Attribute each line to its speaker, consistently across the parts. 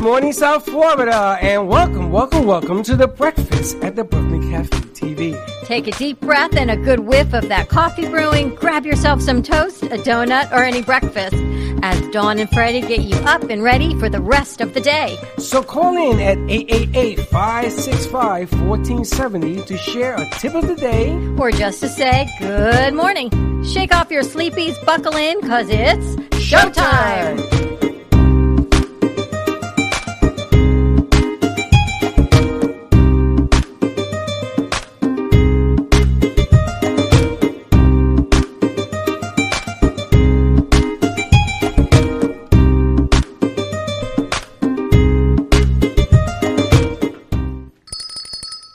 Speaker 1: morning, South Florida, and welcome, welcome, welcome to the breakfast at the Brooklyn Cafe TV.
Speaker 2: Take a deep breath and a good whiff of that coffee brewing. Grab yourself some toast, a donut, or any breakfast as Dawn and Freddie get you up and ready for the rest of the day.
Speaker 1: So call in at 888 565 1470 to share a tip of the day.
Speaker 2: Or just to say good morning. Shake off your sleepies, buckle in, because it's showtime.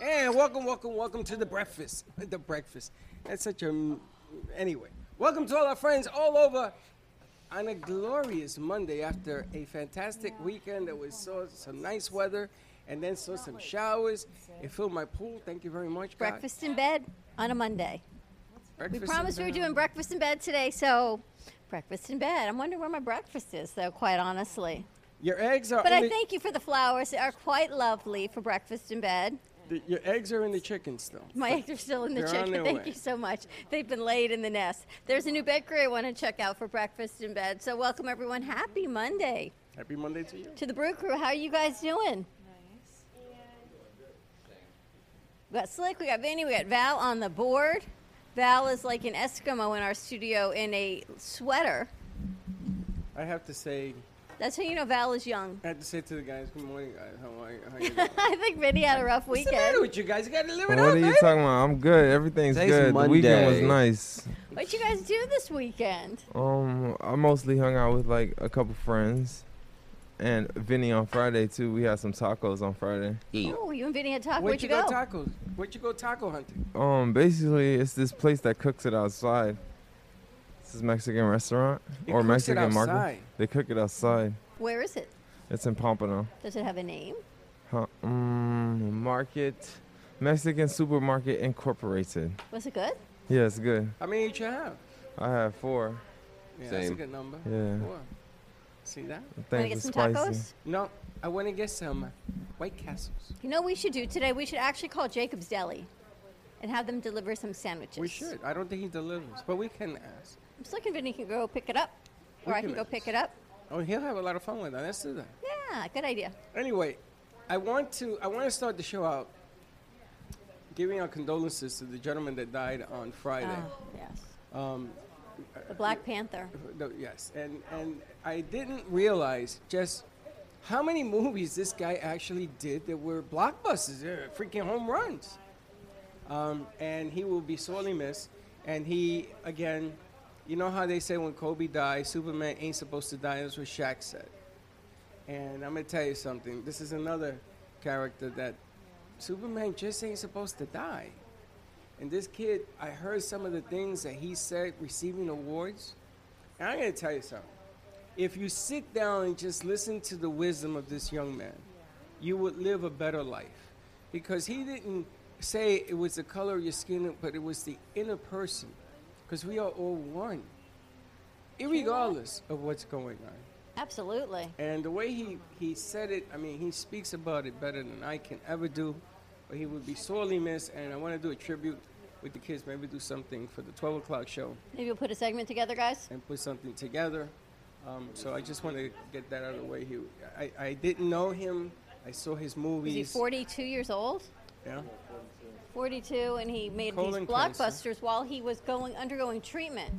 Speaker 1: And welcome, welcome, welcome to the breakfast. The breakfast. That's such a. Anyway, welcome to all our friends all over on a glorious Monday after a fantastic weekend that we saw some nice weather and then saw some showers. It filled my pool. Thank you very much. God.
Speaker 2: Breakfast in bed on a Monday. We
Speaker 1: Breakfast in
Speaker 2: promised we were
Speaker 1: bed.
Speaker 2: doing breakfast in bed today, so breakfast in bed. I'm wondering where my breakfast is, though, quite honestly.
Speaker 1: Your eggs are.
Speaker 2: But
Speaker 1: in
Speaker 2: I
Speaker 1: the-
Speaker 2: thank you for the flowers. They are quite lovely for breakfast in bed.
Speaker 1: the- your eggs are in the chicken still.
Speaker 2: My eggs are still in the
Speaker 1: They're on
Speaker 2: chicken.
Speaker 1: their
Speaker 2: Thank
Speaker 1: way.
Speaker 2: you so much. They've been laid in the nest. There's a new bakery I want to check out for breakfast in bed. So welcome everyone. Happy Monday
Speaker 1: Happy Monday to you.
Speaker 2: to the Brew Crew. How are you guys doing? We got Slick. We got Vinny. We got Val on the board. Val is like an Eskimo in our studio in a sweater.
Speaker 1: I have to say,
Speaker 2: That's how you know Val is young.
Speaker 1: I have to say to the guys, good morning, guys. How are you? How are you doing?
Speaker 2: I think Vinny had a rough
Speaker 1: What's the
Speaker 2: weekend.
Speaker 1: matter with you guys? You gotta live it
Speaker 3: What
Speaker 1: up,
Speaker 3: are you
Speaker 1: man.
Speaker 3: talking about? I'm good. Everything's
Speaker 4: Today's
Speaker 3: good. The weekend was
Speaker 4: Monday.
Speaker 3: nice.
Speaker 2: What you guys do this weekend?
Speaker 3: Um, I mostly hung out with like a couple friends, and Vinny on Friday too. We had some tacos on Friday.
Speaker 4: Eat.
Speaker 2: Oh, you and Vinny had talk.
Speaker 1: Where'd you go
Speaker 2: go?
Speaker 1: tacos? Where'd you go taco hunting?
Speaker 3: Um, basically, it's this place that cooks it outside. This is Mexican restaurant
Speaker 1: They
Speaker 3: or
Speaker 1: cooks it
Speaker 3: Mexican market.
Speaker 1: outside.
Speaker 3: They cook it outside.
Speaker 2: Where is it?
Speaker 3: It's in Pompano.
Speaker 2: Does it have a name?
Speaker 3: Huh, um, market, Mexican supermarket incorporated.
Speaker 2: Was it good?
Speaker 3: Yeah, it's good.
Speaker 1: How many did you have?
Speaker 3: I had four.
Speaker 1: Yeah, that's a
Speaker 4: Same.
Speaker 1: good number.
Speaker 3: Yeah.
Speaker 1: Four. See that?
Speaker 2: Want to
Speaker 3: Things
Speaker 2: get some
Speaker 3: are spicy.
Speaker 2: tacos?
Speaker 1: No, I want to get some White Castles.
Speaker 2: You know what we should do today? We should actually call Jacob's Deli and have them deliver some sandwiches.
Speaker 1: We should. I don't think he delivers, but we can ask.
Speaker 2: I'm still convinced you can go pick it up. Or
Speaker 1: We
Speaker 2: I
Speaker 1: can
Speaker 2: can go
Speaker 1: make
Speaker 2: pick
Speaker 1: this.
Speaker 2: it up.
Speaker 1: Oh, he'll have a lot of fun with that. Let's do that.
Speaker 2: Yeah, good idea.
Speaker 1: Anyway, I want to I want to start the show out giving our condolences to the gentleman that died on Friday. Um,
Speaker 2: Ah, yes. the Black Panther.
Speaker 1: No, yes, and and I didn't realize just how many movies this guy actually did that were blockbusters, they were freaking home runs. Um, and he will be sorely missed. And he again, you know how they say when Kobe died, Superman ain't supposed to die. That's what Shaq said. And I'm gonna tell you something. This is another character that Superman just ain't supposed to die. And this kid, I heard some of the things that he said receiving awards. And I'm going to tell you something. If you sit down and just listen to the wisdom of this young man, you would live a better life. Because he didn't say it was the color of your skin, but it was the inner person. Because we are all one, irregardless of what's going on.
Speaker 2: Absolutely.
Speaker 1: And the way he, he said it, I mean, he speaks about it better than I can ever do. But he would be sorely missed. And I want to do a tribute with the kids. Maybe do something for the 12 o'clock show
Speaker 2: Maybe we'll put a segment together, guys.
Speaker 1: and put something together. Um, so I just want to get that out of the way. He, I, I didn't know him. I saw his movies.
Speaker 2: Is he 42 years old?
Speaker 1: Yeah.
Speaker 2: 42, and he made
Speaker 1: Colon
Speaker 2: these
Speaker 1: cancer.
Speaker 2: blockbusters while he was going undergoing treatment.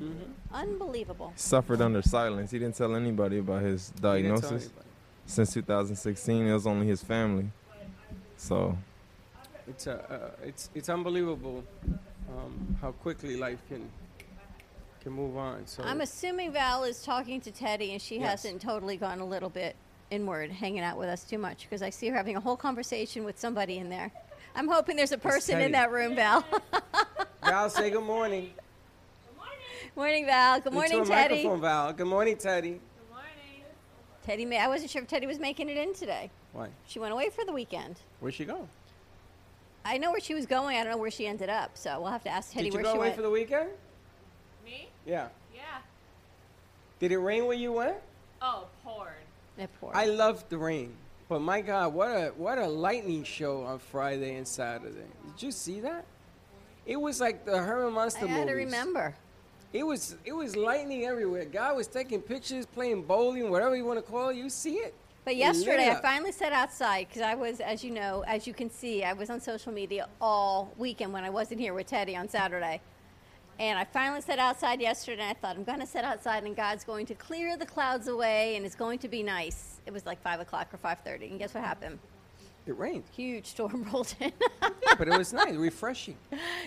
Speaker 2: Unbelievable.
Speaker 3: Suffered under silence. He didn't tell anybody about his
Speaker 1: He didn't tell
Speaker 3: diagnosis.
Speaker 1: anybody.
Speaker 3: since 2016. It was only his family. So
Speaker 1: It's, uh, uh, it's, it's unbelievable um, how quickly life can can move on. So
Speaker 2: I'm assuming Val is talking to Teddy, and she
Speaker 1: Yes.
Speaker 2: hasn't totally gone a little bit inward, hanging out with us too much, because I see her having a whole conversation with somebody in there. I'm hoping there's a person
Speaker 1: Teddy.
Speaker 2: in that room, Val.
Speaker 1: Val, say good morning.
Speaker 2: morning, Val. Good morning,
Speaker 1: Into a
Speaker 2: Teddy.
Speaker 1: microphone, Val. Good morning, Teddy.
Speaker 2: Teddy, may- I wasn't sure if Teddy was making it in today.
Speaker 1: Why?
Speaker 2: She went away for the weekend.
Speaker 1: Where'd she go?
Speaker 2: I know where she was going. I don't know where she ended up, so we'll have to ask Teddy
Speaker 1: Did you
Speaker 2: where
Speaker 1: go
Speaker 2: she
Speaker 1: away
Speaker 2: went.
Speaker 1: for the weekend?
Speaker 5: Me?
Speaker 1: Yeah.
Speaker 5: Yeah.
Speaker 1: Did it rain when you went?
Speaker 5: Oh, poured.
Speaker 2: Eh, poor.
Speaker 1: I love the rain. But my God, what a what a lightning show on Friday and Saturday. Did you see that? It was like the Herman Monster
Speaker 2: I had to
Speaker 1: movies.
Speaker 2: remember.
Speaker 1: It was it was lightning everywhere. Guy was taking pictures, playing bowling, whatever you want to call it. You see it.
Speaker 2: But
Speaker 1: It
Speaker 2: yesterday,
Speaker 1: lit
Speaker 2: I
Speaker 1: up.
Speaker 2: finally sat outside because I was, as you know, as you can see, I was on social media all weekend when I wasn't here with Teddy on Saturday. And I finally sat outside yesterday, and I thought, I'm going to sit outside, and God's going to clear the clouds away, and it's going to be nice. It was like 5 o'clock or 5.30, and guess what happened?
Speaker 1: It rained.
Speaker 2: Huge storm rolled in.
Speaker 1: Yeah, but it was nice, refreshing.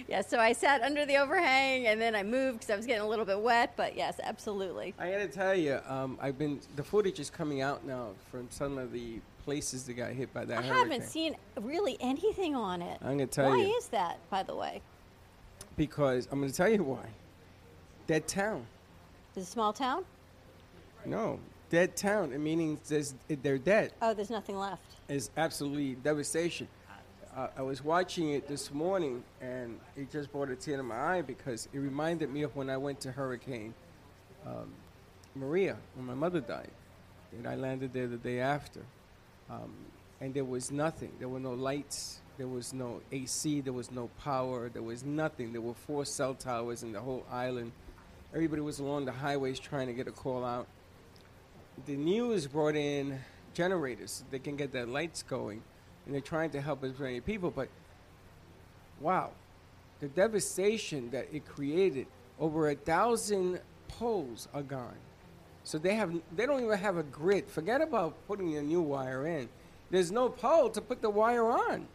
Speaker 2: yeah, so I sat under the overhang, and then I moved because I was getting a little bit wet, but yes, absolutely.
Speaker 1: I gotta tell you, um, I've been the footage is coming out now from some of the places that got hit by that
Speaker 2: I
Speaker 1: hurricane.
Speaker 2: haven't seen really anything on it.
Speaker 1: I'm gonna tell
Speaker 2: Why
Speaker 1: you.
Speaker 2: is that, by the way?
Speaker 1: because I'm gonna tell you why. That town,
Speaker 2: Is it a small town?
Speaker 1: no, that town. It meaning there's, they're dead.
Speaker 2: Oh, there's nothing left.
Speaker 1: is absolutely devastation. Uh, I was watching it this morning, and it just brought a tear to my eye because it reminded me of when I went to Hurricane um, Maria when my mother died. That I landed there the day after, um, and there was nothing. There were no lights. There was no AC. There was no power. There was nothing. There were four cell towers in the whole island. Everybody was along the highways trying to get a call out the news brought in generators so they can get their lights going, and they're trying to help as many people. But wow, the devastation that it created! Over a thousand poles are gone, so they have they don't even have a grid. Forget about putting a new wire in. There's no pole to put the wire on,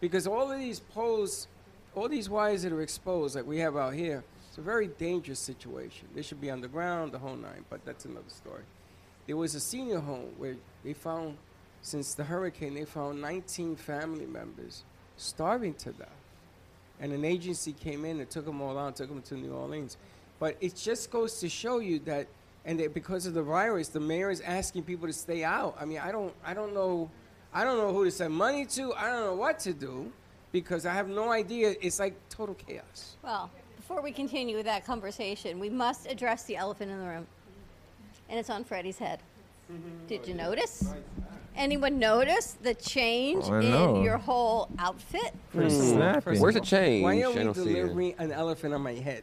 Speaker 1: because all of these poles, all these wires that are exposed, like we have out here, it's a very dangerous situation. They should be underground, the whole nine. But that's another story. There was a senior home where they found, since the hurricane, they found 19 family members starving to death. And an agency came in and took them all out, took them to New Orleans. But it just goes to show you that, and that because of the virus, the mayor is asking people to stay out. I mean, I don't, I don't know, I don't know who to send money to. I don't know what to do because I have no idea. It's like total chaos.
Speaker 2: Well, before we continue with that conversation, we must address the elephant in the room. And it's on Freddie's head.
Speaker 1: Mm-hmm.
Speaker 2: Did you notice? Anyone notice the change
Speaker 3: Oh, I know.
Speaker 2: in your whole outfit?
Speaker 3: Snapping.
Speaker 4: Mm. Where's the change?
Speaker 1: Why
Speaker 4: I
Speaker 1: are we
Speaker 4: don't see it.
Speaker 1: delivering an elephant on my head?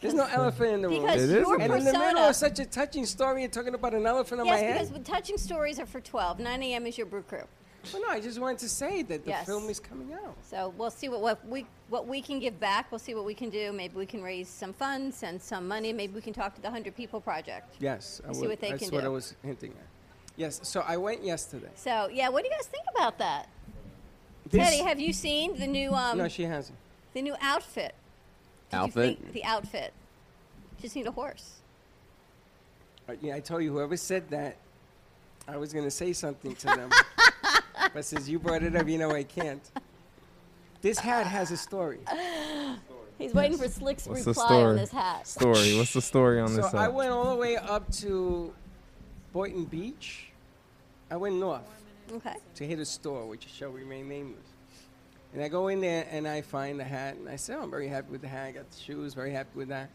Speaker 1: There's no elephant in the room.
Speaker 2: Because
Speaker 3: It is
Speaker 2: your
Speaker 3: a-
Speaker 1: And
Speaker 2: persona.
Speaker 1: in the middle of such a touching story, you're talking about an elephant on
Speaker 2: yes,
Speaker 1: my
Speaker 2: because the
Speaker 1: head.
Speaker 2: touching stories are for 12. 9 a.m. is your brew crew.
Speaker 1: Well, no, I just wanted to say that the
Speaker 2: Yes.
Speaker 1: film is coming out.
Speaker 2: So we'll see what, what we what we can give back. We'll see what we can do. Maybe we can raise some funds, send some money. Maybe we can talk to the 100 People Project.
Speaker 1: Yes, I
Speaker 2: We'll see
Speaker 1: would-
Speaker 2: what they
Speaker 1: that's
Speaker 2: can
Speaker 1: what
Speaker 2: do.
Speaker 1: I was hinting at. Yes, so I went yesterday.
Speaker 2: So, yeah, what do you guys think about that?
Speaker 1: This-
Speaker 2: Teddy, have you seen the new um,
Speaker 1: no, she hasn't.
Speaker 2: the new outfit? Did you
Speaker 4: Outfit?
Speaker 2: think- the outfit. Just need a horse.
Speaker 1: Uh, yeah, I told you whoever said that, I was going to say something to them, but since you brought it up, you know I can't. This hat has a story.
Speaker 2: He's waiting for Slick's
Speaker 3: What's the
Speaker 2: reply on
Speaker 3: story?
Speaker 2: this hat.
Speaker 3: Story. What's the story on this? uh,
Speaker 1: So I
Speaker 3: app?
Speaker 1: went all the way up to Boynton Beach. I went north.
Speaker 2: Okay.
Speaker 1: to hit a store, which shall remain nameless. And I go in there and I find the hat, and I say, oh, I'm very happy with the hat. I got the shoes, very happy with that.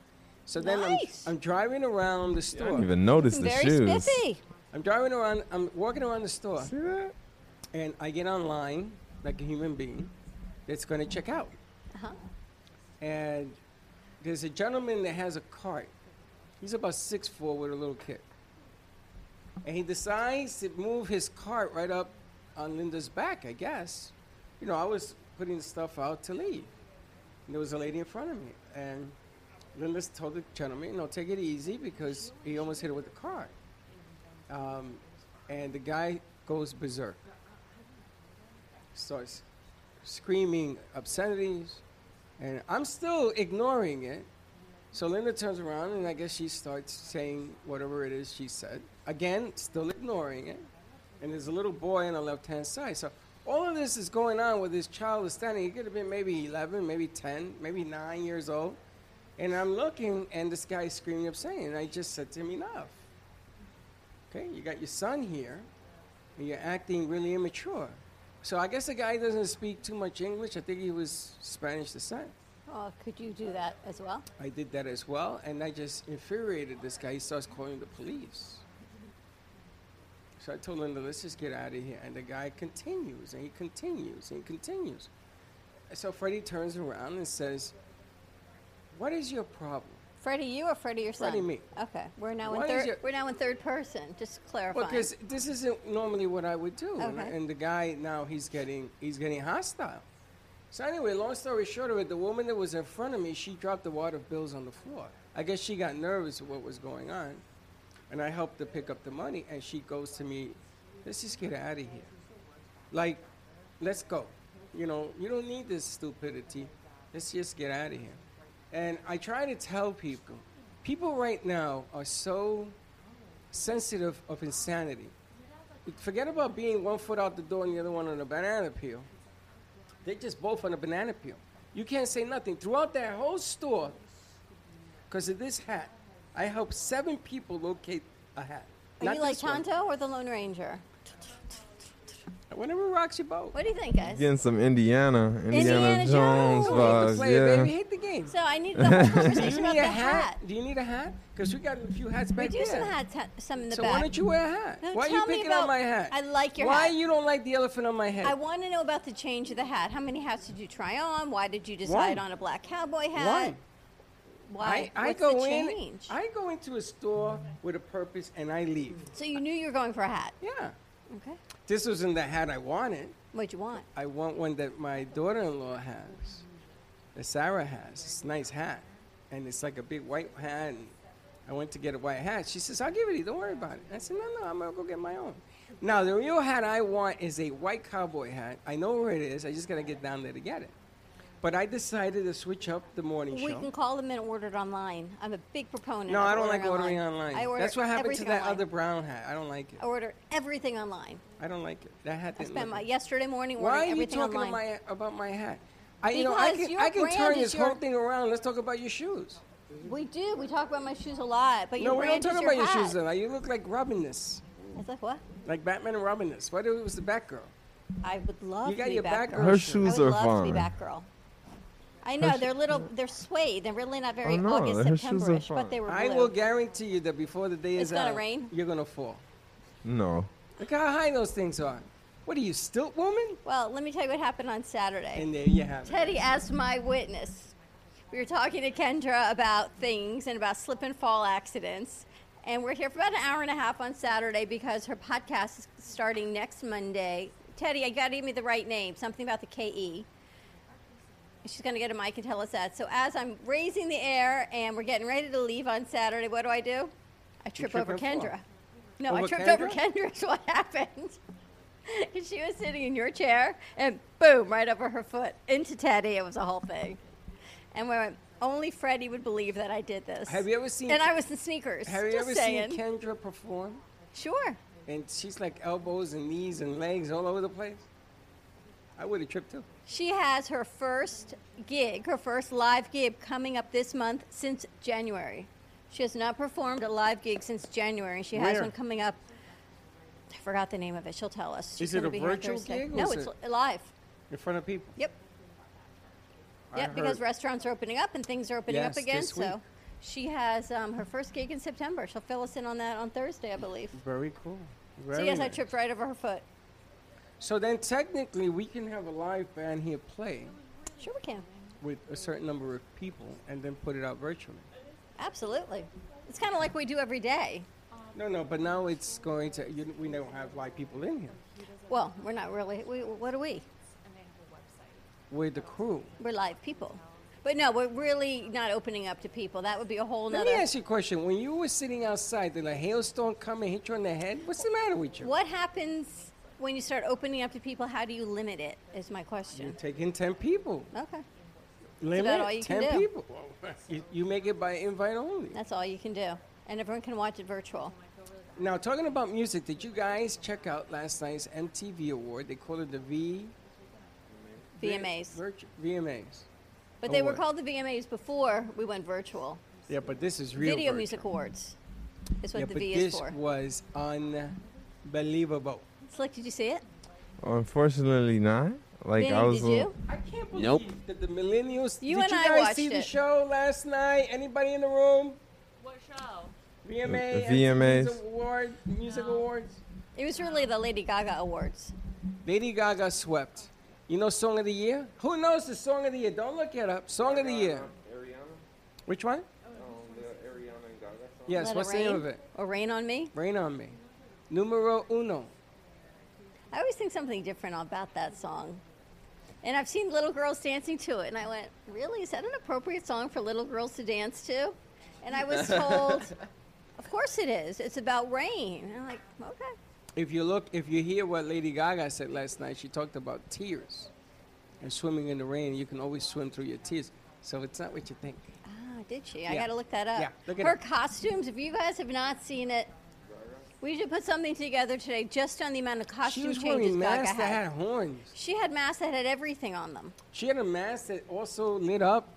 Speaker 1: So then
Speaker 2: Nice.
Speaker 1: I'm, I'm driving around the
Speaker 3: I
Speaker 1: store.
Speaker 3: didn't even notice the
Speaker 2: Very
Speaker 3: shoes.
Speaker 2: spiffy.
Speaker 1: I'm driving around, I'm walking around the store,
Speaker 3: See that?
Speaker 1: and I get online like a human being that's going to check out.
Speaker 2: Uh-huh.
Speaker 1: And there's a gentleman that has a cart. He's about six four with a little kid. And he decides to move his cart right up on Linda's back, I guess. You know, I was putting stuff out to leave. And there was a lady in front of me. And Linda told the gentleman, you know, take it easy because he almost hit her with the cart. Um, and the guy goes berserk. Starts screaming obscenities. And I'm still ignoring it. So Linda turns around and I guess she starts saying whatever it is she said. Again, still ignoring it. And there's a little boy on the left hand side. So all of this is going on where this child is standing. He could have been maybe 11, maybe 10, maybe 9 years old. And I'm looking and this guy's screaming obscene. And I just said to him, enough. Okay, you got your son here and you're acting really immature. So I guess the guy doesn't speak too much English. I think he was Spanish descent.
Speaker 2: Oh, could you do that as well?
Speaker 1: I did that as well, and I just infuriated this guy. He starts calling the police. So I told Linda, let's just get out of here. And the guy continues, and he continues, and he continues. So Freddie turns around and says, What is your problem?
Speaker 2: Freddie, you or Freddie your son?
Speaker 1: Freddie, me.
Speaker 2: Okay, we're now in
Speaker 1: Why is
Speaker 2: third.
Speaker 1: your-
Speaker 2: We're now in third person. Just clarifying.
Speaker 1: Well, because this isn't normally what I would do, and,
Speaker 2: Okay.
Speaker 1: and the guy now he's getting he's getting hostile. So anyway, long story short of it, the woman that was in front of me, she dropped a wad of bills on the floor. I guess she got nervous of what was going on, and I helped her pick up the money. And she goes to me, "Let's just get out of here. Like, let's go. You know, you don't need this stupidity. Let's just get out of here." And I try to tell people, people right now are so sensitive of insanity. Forget about being one foot out the door and the other one on a banana peel. They're just both on a banana peel. You can't say nothing. Throughout that whole store, because of this hat, I helped seven people locate a hat.
Speaker 2: are
Speaker 1: Not
Speaker 2: you like
Speaker 1: this one.
Speaker 2: Tonto or the Lone Ranger?
Speaker 1: Whatever rocks your boat.
Speaker 2: What do you think, guys?
Speaker 3: Getting some Indiana, Indiana,
Speaker 2: Indiana Jones.
Speaker 3: Jones,
Speaker 1: Hate the
Speaker 3: vibes.
Speaker 1: player,
Speaker 3: yeah.
Speaker 1: baby. Hate the game.
Speaker 2: So I need the whole
Speaker 1: Do you
Speaker 2: conversation about
Speaker 1: need
Speaker 2: the
Speaker 1: a hat?
Speaker 2: hat.
Speaker 1: Do you need a hat? Because we got a few hats
Speaker 2: We
Speaker 1: back
Speaker 2: do
Speaker 1: there.
Speaker 2: some hats, ha- some in the
Speaker 1: so
Speaker 2: back.
Speaker 1: why don't you wear a hat?
Speaker 2: No,
Speaker 1: why are
Speaker 2: tell
Speaker 1: you
Speaker 2: me
Speaker 1: picking
Speaker 2: about-
Speaker 1: on my hat?
Speaker 2: I like your
Speaker 1: Why
Speaker 2: hat.
Speaker 1: you don't like the elephant on my head?
Speaker 2: I want to know about the change of the hat. How many hats did you try on? Why did you decide
Speaker 1: Why?
Speaker 2: on a black cowboy hat?
Speaker 1: Why?
Speaker 2: Why?
Speaker 1: I, I
Speaker 2: What's
Speaker 1: go
Speaker 2: the
Speaker 1: in.
Speaker 2: change?
Speaker 1: I go into a store with a purpose, and I leave.
Speaker 2: so you knew you were going for a hat.
Speaker 1: Yeah,
Speaker 2: Okay.
Speaker 1: this wasn't the hat I wanted.
Speaker 2: What'd you want?
Speaker 1: I want one that my daughter-in-law has, that Sarah has. It's a nice hat, and it's like a big white hat. And I went to get a white hat. She says, "I'll give it to you. Don't worry about it." I said, "No, no, I'm gonna go get my own." Now the real hat I want is a white cowboy hat. I know where it is. I just gotta get down there to get it. But I decided to switch up the morning
Speaker 2: We
Speaker 1: show.
Speaker 2: can call them and order it online. I'm a big proponent.
Speaker 1: No,
Speaker 2: of
Speaker 1: I don't like ordering online.
Speaker 2: I order
Speaker 1: That's what happened to
Speaker 2: everything
Speaker 1: that
Speaker 2: online.
Speaker 1: other brown hat. I don't like it.
Speaker 2: I order everything online.
Speaker 1: I don't like it. That hat
Speaker 2: I
Speaker 1: didn't.
Speaker 2: spent
Speaker 1: look
Speaker 2: my
Speaker 1: good.
Speaker 2: yesterday morning ordering
Speaker 1: Why are you
Speaker 2: everything
Speaker 1: talking
Speaker 2: online.
Speaker 1: to my, about my hat? I, you know, I
Speaker 2: Because
Speaker 1: can,
Speaker 2: your
Speaker 1: I can
Speaker 2: brand
Speaker 1: turn
Speaker 2: is
Speaker 1: this
Speaker 2: your-
Speaker 1: whole thing around. Let's talk about your shoes.
Speaker 2: we do. We talk about my shoes a lot, but
Speaker 1: No,
Speaker 2: your
Speaker 1: we don't
Speaker 2: brand
Speaker 1: talk
Speaker 2: is
Speaker 1: about your
Speaker 2: hat.
Speaker 1: shoes. Though. You look like Robin this,
Speaker 2: It's like what?
Speaker 1: like Batman and Robin this. What if it was the Batgirl?
Speaker 2: I would love
Speaker 1: You
Speaker 2: to
Speaker 1: got
Speaker 2: be
Speaker 1: your
Speaker 2: back
Speaker 1: Batgirl
Speaker 2: girl.
Speaker 3: Her
Speaker 2: I
Speaker 1: shirt.
Speaker 2: would
Speaker 3: shoes are
Speaker 2: love to
Speaker 3: fine.
Speaker 2: be Batgirl. I know
Speaker 3: sh-
Speaker 2: they're little, they're suede. They're really not very
Speaker 3: Oh, no,
Speaker 2: August
Speaker 3: her shoes are
Speaker 2: Septemberish, but
Speaker 3: fine.
Speaker 2: they were blue.
Speaker 1: I will guarantee you that before the day
Speaker 2: It's
Speaker 1: is
Speaker 2: gonna
Speaker 1: out,
Speaker 2: rain?
Speaker 1: you're gonna fall.
Speaker 3: No,
Speaker 1: Look how high those things are. What are you, stilt woman?
Speaker 2: well, let me tell you what happened on Saturday.
Speaker 1: And there you have it.
Speaker 2: Teddy asked my witness. We were talking to Kendra about things and about slip and fall accidents. And we're here for about an hour and a half on Saturday because her podcast is starting next Monday. Teddy, I got to give me the right name, something about the KE. She's going to get a mic and tell us that. So, as I'm raising the air and we're getting ready to leave on Saturday, what do I do? I trip,
Speaker 1: trip
Speaker 2: over
Speaker 1: her
Speaker 2: Kendra.
Speaker 1: floor.
Speaker 2: No, I
Speaker 1: Over
Speaker 2: tripped
Speaker 1: Kendra?
Speaker 2: over Kendra, is what happened. Because she was sitting in your chair, and boom, right over her foot into Teddy. It was a whole thing. And we went, only Freddie would believe that I did this.
Speaker 1: Have you ever seen-
Speaker 2: And I was in sneakers.
Speaker 1: Have you
Speaker 2: just
Speaker 1: ever
Speaker 2: saying.
Speaker 1: seen Kendra perform?
Speaker 2: Sure.
Speaker 1: and she's like elbows and knees and legs all over the place. I would have tripped too.
Speaker 2: She has her first gig, her first live gig coming up this month since January. She has not performed a live gig since January. She has
Speaker 1: Where?
Speaker 2: one coming up. I forgot the name of it. She'll tell us. She's
Speaker 1: Is it
Speaker 2: gonna
Speaker 1: a
Speaker 2: be here
Speaker 1: virtual
Speaker 2: Thursday.
Speaker 1: gig or
Speaker 2: No,
Speaker 1: is
Speaker 2: it's
Speaker 1: it-
Speaker 2: li- live.
Speaker 1: In front of people.
Speaker 2: Yep.
Speaker 1: I
Speaker 2: Yep, because
Speaker 1: heard.
Speaker 2: restaurants are opening up and things are opening
Speaker 1: Yes,
Speaker 2: up again.
Speaker 1: this week.
Speaker 2: So she has um, her first gig in September. She'll fill us in on that on Thursday, I believe.
Speaker 1: Very cool. Very
Speaker 2: so yes, I
Speaker 1: nice.
Speaker 2: tripped right over her foot.
Speaker 1: So then technically we can have a live band here play
Speaker 2: Sure, we can.
Speaker 1: with a certain number of people and then put it out virtually.
Speaker 2: Absolutely. It's kind of like we do every day.
Speaker 1: No, no, but now it's going to, you, we don't have live people in here.
Speaker 2: Well, we're not really. We, what are we?
Speaker 1: We're the crew.
Speaker 2: We're live people. But no, we're really not opening up to people. That would be a whole
Speaker 1: Let me
Speaker 2: nother.
Speaker 1: ask you a question. When you were sitting outside, did a hailstorm come and hit you on the head? What's the matter with you?
Speaker 2: What happens when you start opening up to people? How do you limit it? Is my
Speaker 1: You're
Speaker 2: question.
Speaker 1: taking 10 people.
Speaker 2: Okay,
Speaker 1: Limit
Speaker 2: all you can
Speaker 1: 10
Speaker 2: do.
Speaker 1: people. You, you make it by invite only.
Speaker 2: that's all you can do, and everyone can watch it virtual.
Speaker 1: Now, talking about music, did you guys check out last night's MTV award? They call it the V
Speaker 2: VMAs.
Speaker 1: Virtu- VMAs.
Speaker 2: But they were
Speaker 1: Award.
Speaker 2: called the VMAs before we went virtual.
Speaker 1: Yeah, but this is real.
Speaker 2: Video
Speaker 1: virtu-
Speaker 2: Music Awards is what
Speaker 1: yeah,
Speaker 2: the
Speaker 1: but
Speaker 2: V
Speaker 1: this
Speaker 2: is for.
Speaker 1: was unbelievable.
Speaker 2: Slick, did you see it?
Speaker 3: unfortunately not. Like
Speaker 2: Vinny,
Speaker 3: I was.
Speaker 2: did
Speaker 3: a-
Speaker 2: you?
Speaker 1: I can't believe
Speaker 4: Nope.
Speaker 1: that the millennials.
Speaker 2: You
Speaker 1: did
Speaker 2: and
Speaker 1: you
Speaker 2: I
Speaker 1: guys
Speaker 2: watched
Speaker 1: see the
Speaker 2: it.
Speaker 1: show last night? Anybody in the room?
Speaker 5: What show?
Speaker 1: VMA
Speaker 3: VMAs.
Speaker 1: MTV's award music awards.
Speaker 2: It was really the Lady Gaga Awards.
Speaker 1: Lady Gaga swept. You know song of the year? Who knows the song of the year? Don't look it up. Song of the year. Oh,
Speaker 3: Ariana?
Speaker 1: Which one? Yes.
Speaker 2: Oh, Let It
Speaker 1: what's the name
Speaker 2: Rain
Speaker 1: of it?
Speaker 2: Or Rain on Me.
Speaker 1: Rain on me. Numero uno.
Speaker 2: I always think something different about that song. And I've seen little girls dancing to it, and I went, Really? Is that an appropriate song for little girls to dance to? And I was told, Of course it is. It's about rain. And I'm like, Okay.
Speaker 1: If you look, if you hear what Lady Gaga said last night, she talked about tears and swimming in the rain. You can always swim through your tears. So it's not what you think.
Speaker 2: Ah, did she? I
Speaker 1: Yeah.
Speaker 2: got to look that up.
Speaker 1: Yeah, look it
Speaker 2: Her
Speaker 1: up.
Speaker 2: costumes, if you guys have not seen it, we should put something together today just on the amount of
Speaker 1: she
Speaker 2: costume
Speaker 1: was
Speaker 2: changes
Speaker 1: wearing
Speaker 2: Gaga
Speaker 1: masks that
Speaker 2: had.
Speaker 1: had horns.
Speaker 2: She had masks that had everything on them.
Speaker 1: She had a mask that also lit up.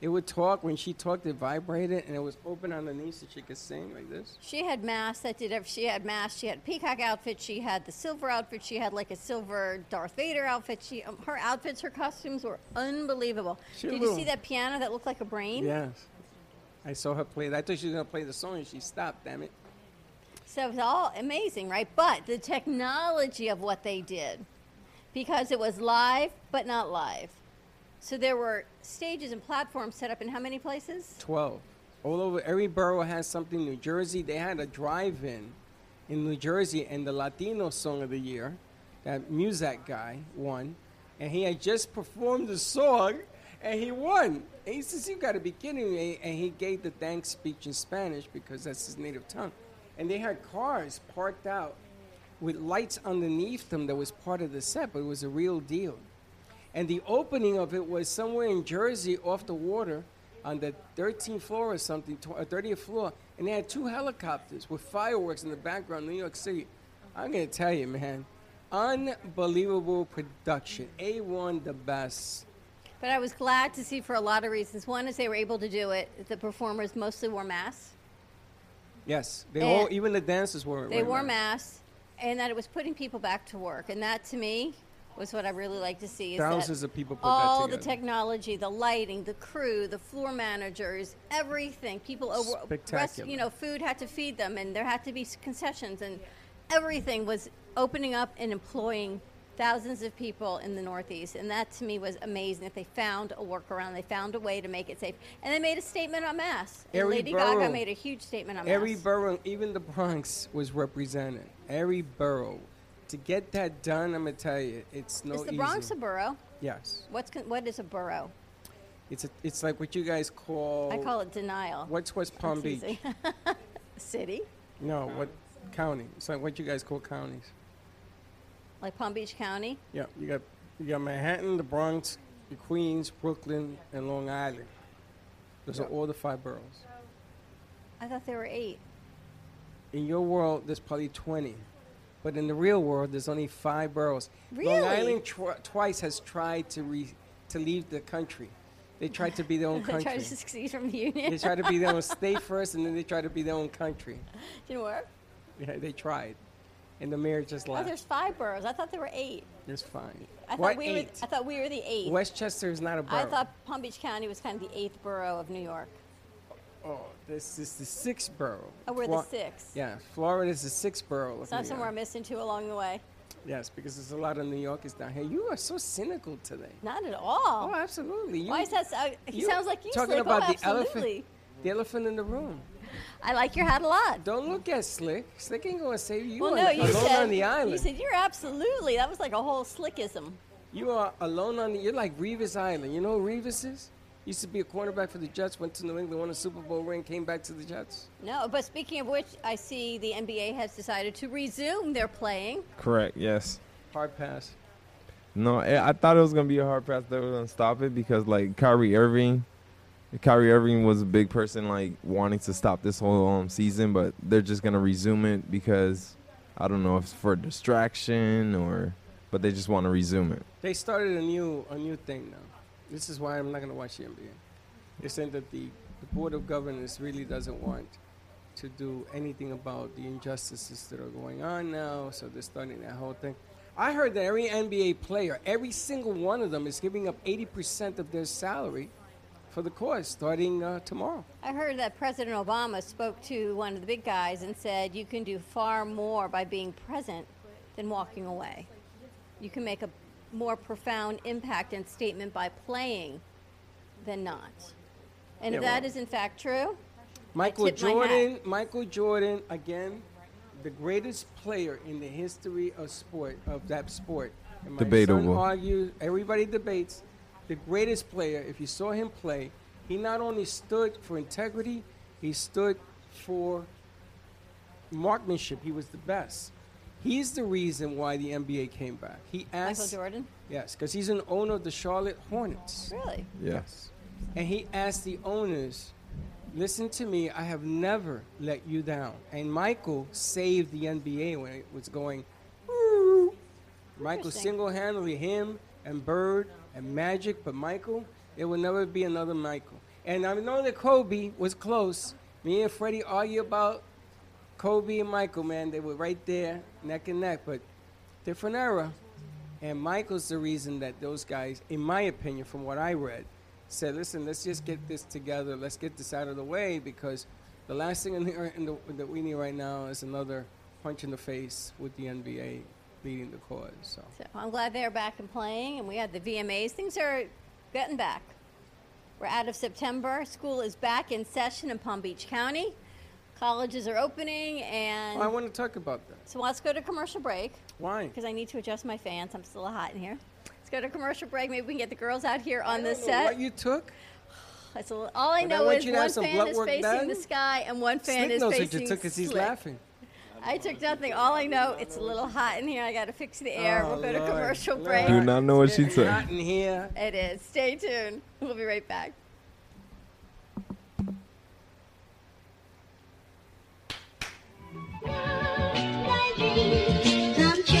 Speaker 1: It would talk. When she talked, it vibrated, and it was open underneath so she could sing like this.
Speaker 2: She had masks that did. ev- She had masks. She had peacock outfit. She had the silver outfit. She had like a silver Darth Vader outfit. She um, her outfits, her costumes were unbelievable.
Speaker 1: She
Speaker 2: did you
Speaker 1: little-
Speaker 2: see that piano that looked like a brain?
Speaker 1: Yes. I saw her play. I thought she was going to play the song, and she stopped, damn it.
Speaker 2: So it was all amazing, right? But the technology of what they did, because it was live but not live. So there were stages and platforms set up in how many places?
Speaker 1: 12. All over, every borough has something. New Jersey, they had a drive in in New Jersey, and the Latino Song of the Year, that Muzak guy won. And he had just performed the song, and he won. And he says, You gotta be kidding me. And he gave the thanks speech in Spanish because that's his native tongue. And they had cars parked out with lights underneath them that was part of the set, but it was a real deal. And the opening of it was somewhere in Jersey off the water on the 13th floor or something, tw- uh, 30th floor. And they had two helicopters with fireworks in the background, New York City. I'm going to tell you, man, unbelievable production. A1 the best.
Speaker 2: But I was glad to see for a lot of reasons. One is they were able to do it. The performers mostly wore masks.
Speaker 1: Yes, they
Speaker 2: And-
Speaker 1: all, even the dancers were.
Speaker 2: They wore masks,
Speaker 1: masks.
Speaker 2: and that it was putting people back to work, and that to me was what I really like to see. Is
Speaker 1: Thousands
Speaker 2: that
Speaker 1: of people put that
Speaker 2: all the
Speaker 1: together.
Speaker 2: technology, the lighting, the crew, the floor managers, everything. People over, rest,
Speaker 1: Spectacular.
Speaker 2: you know, food had to feed them, and there had to be s- concessions, and everything was opening up and employing thousands of people in the Northeast, and that to me was amazing. That they found a workaround, they found a way to make it safe, and they made a statement on masks. And
Speaker 1: Every
Speaker 2: Lady
Speaker 1: borough-
Speaker 2: Gaga made a huge statement on
Speaker 1: Every
Speaker 2: masks.
Speaker 1: borough, even the Bronx, was represented. Every borough. To get that done, I'm going to tell you, it's no
Speaker 2: Is the
Speaker 1: easy.
Speaker 2: Bronx a borough?
Speaker 1: Yes.
Speaker 2: What's con- what is a borough?
Speaker 1: It's, a, it's like what you guys call.
Speaker 2: I call it denial.
Speaker 1: What's West Palm
Speaker 2: That's
Speaker 1: Beach?
Speaker 2: easy. City,
Speaker 1: No, what county? It's like what you guys call counties.
Speaker 2: like Palm Beach County.
Speaker 1: Yeah, you got you got Manhattan, the Bronx, the Queens, Brooklyn, and Long Island. Those are all the five boroughs.
Speaker 2: I thought there were eight.
Speaker 1: In your world, there's probably 20, but in the real world, there's only five boroughs. Long
Speaker 2: Really?
Speaker 1: Island tw- twice has tried to re- to leave the country. They tried to be their own
Speaker 2: I
Speaker 1: country.
Speaker 2: tried to succeed from the
Speaker 1: they
Speaker 2: union.
Speaker 1: tried to be their own state first, and then they tried to be their own country.
Speaker 2: Didn't work.
Speaker 1: Yeah, they tried, and the mayor just
Speaker 2: Oh,
Speaker 1: laughed.
Speaker 2: there's five boroughs. I thought there were eight.
Speaker 1: It's fine.
Speaker 2: I
Speaker 1: Why
Speaker 2: thought we
Speaker 1: eight?
Speaker 2: were. I thought we were the eight.
Speaker 1: Westchester is not a borough.
Speaker 2: I thought Palm Beach County was kind of the eighth borough of New York.
Speaker 1: Oh, this is the sixth borough.
Speaker 2: Oh, we're
Speaker 1: Flo-
Speaker 2: the sixth.
Speaker 1: Yeah, Florida is the sixth borough. of
Speaker 2: It's not
Speaker 1: New
Speaker 2: somewhere I'm
Speaker 1: York.
Speaker 2: missing two along the way.
Speaker 1: Yes, because there's a lot of New Yorkers down here. You are so cynical today.
Speaker 2: Not at
Speaker 1: Oh,
Speaker 2: all.
Speaker 1: absolutely. You,
Speaker 2: Why is that? So, he
Speaker 1: you-
Speaker 2: sounds like you.
Speaker 1: talking
Speaker 2: Slick.
Speaker 1: about
Speaker 2: oh,
Speaker 1: the elephant.
Speaker 2: absolutely.
Speaker 1: The elephant in the room.
Speaker 2: I like your hat a lot.
Speaker 1: Don't look at Slick. Slick ain't gonna save you. You
Speaker 2: well,
Speaker 1: are
Speaker 2: no, you
Speaker 1: alone
Speaker 2: said
Speaker 1: on the island.
Speaker 2: you said you're absolutely. That was like a whole slickism.
Speaker 1: You are alone on the. You're like Revis Island. You know who Revis is? Used to be a cornerback for the Jets. Went to New England, won a Super Bowl ring, came back to the Jets.
Speaker 2: No, but speaking of which, I see the NBA has decided to resume their playing.
Speaker 3: Correct. Yes.
Speaker 1: Hard pass.
Speaker 3: No, eh, I I thought it was gonna be a hard pass that was gonna stop it because like Kyrie Irving, Kyrie Irving was a big person like wanting to stop this whole um, season, but they're just gonna resume it because I don't know if it's for distraction or, but they just want to resume it.
Speaker 1: They started a new a new thing now. This is why I'm not going to watch the NBA. They're saying that the, the board of governors really doesn't want to do anything about the injustices that are going on now. So they're starting that whole thing. I heard that every NBA player, every single one of them, is giving up 80% of their salary for the cause starting uh, tomorrow.
Speaker 2: I heard that President Obama spoke to one of the big guys and said, You can do far more by being present than walking away. You can make a more profound impact and statement by playing than not. And if
Speaker 1: Yeah,
Speaker 2: that
Speaker 1: well-
Speaker 2: is in fact true,
Speaker 1: Michael
Speaker 2: tip my hat.
Speaker 1: Jordan, Michael Jordan, again, the greatest player in the history of sport of that sport. And my
Speaker 3: Debatable.
Speaker 1: Son argues, everybody debates. The greatest player. If you saw him play, he not only stood for integrity, he stood for marksmanship. He was the best. He's the reason why the NBA came back. He asked
Speaker 2: Michael Jordan,
Speaker 1: Yes, because he's an owner of the Charlotte Hornets.
Speaker 2: really?
Speaker 3: Yes.
Speaker 1: And he asked the owners, listen to me, I have never let you down. And Michael saved the NBA when it was going, "Ooh." Michael
Speaker 2: Interesting.
Speaker 1: single handedly, him and Bird and Magic, but Michael, there will never be another Michael. And I know that Kobe was close. Me and Freddie argue about Kobe and Michael, man. They were right there, neck and neck, but different era. And Michael's the reason that those guys, in my opinion, from what I read, said, listen, let's just get this together. Let's get this out of the way because the last thing in the, in the, that we need right now is another punch in the face with the NBA leading the cause. So
Speaker 2: So I'm glad they're back and playing, and we had the VMAs. Things are getting back. We're out of September. School is back in session in Palm Beach County. Colleges are opening, and
Speaker 1: I want to talk about that.
Speaker 2: so let's go to commercial break
Speaker 1: Why?
Speaker 2: because I need to adjust my fans. I'm still hot in here. Let's go to commercial break. Maybe we can get the girls out here on this
Speaker 1: I don't know
Speaker 2: set.
Speaker 1: What you took?
Speaker 2: That's a li- all I
Speaker 1: But I
Speaker 2: know
Speaker 1: want
Speaker 2: is
Speaker 1: you to have
Speaker 2: one
Speaker 1: some
Speaker 2: fan
Speaker 1: blood
Speaker 2: is
Speaker 1: work
Speaker 2: facing
Speaker 1: done.
Speaker 2: the sky and one fan
Speaker 1: Slick
Speaker 2: is
Speaker 1: knows what
Speaker 2: facing
Speaker 1: you took because he's
Speaker 2: Slick.
Speaker 1: laughing.
Speaker 2: I took nothing. All I know, it's a little hot in here. I got to fix the air.
Speaker 1: Oh,
Speaker 2: we'll go to
Speaker 1: Lord.
Speaker 2: commercial
Speaker 1: Lord.
Speaker 2: break.
Speaker 3: Do not know what she
Speaker 1: It's
Speaker 3: took.
Speaker 1: Hot in here.
Speaker 2: It is. Stay tuned. We'll be right back.
Speaker 4: My dreams come true.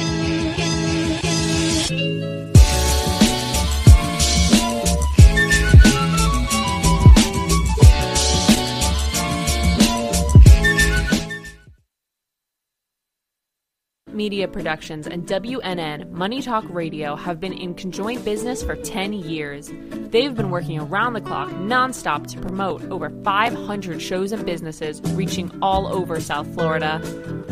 Speaker 5: Media Productions and WNN Money Talk Radio have been in conjoint business for 10 years. They've been working around the clock nonstop to promote over 500 shows and businesses reaching all over South Florida.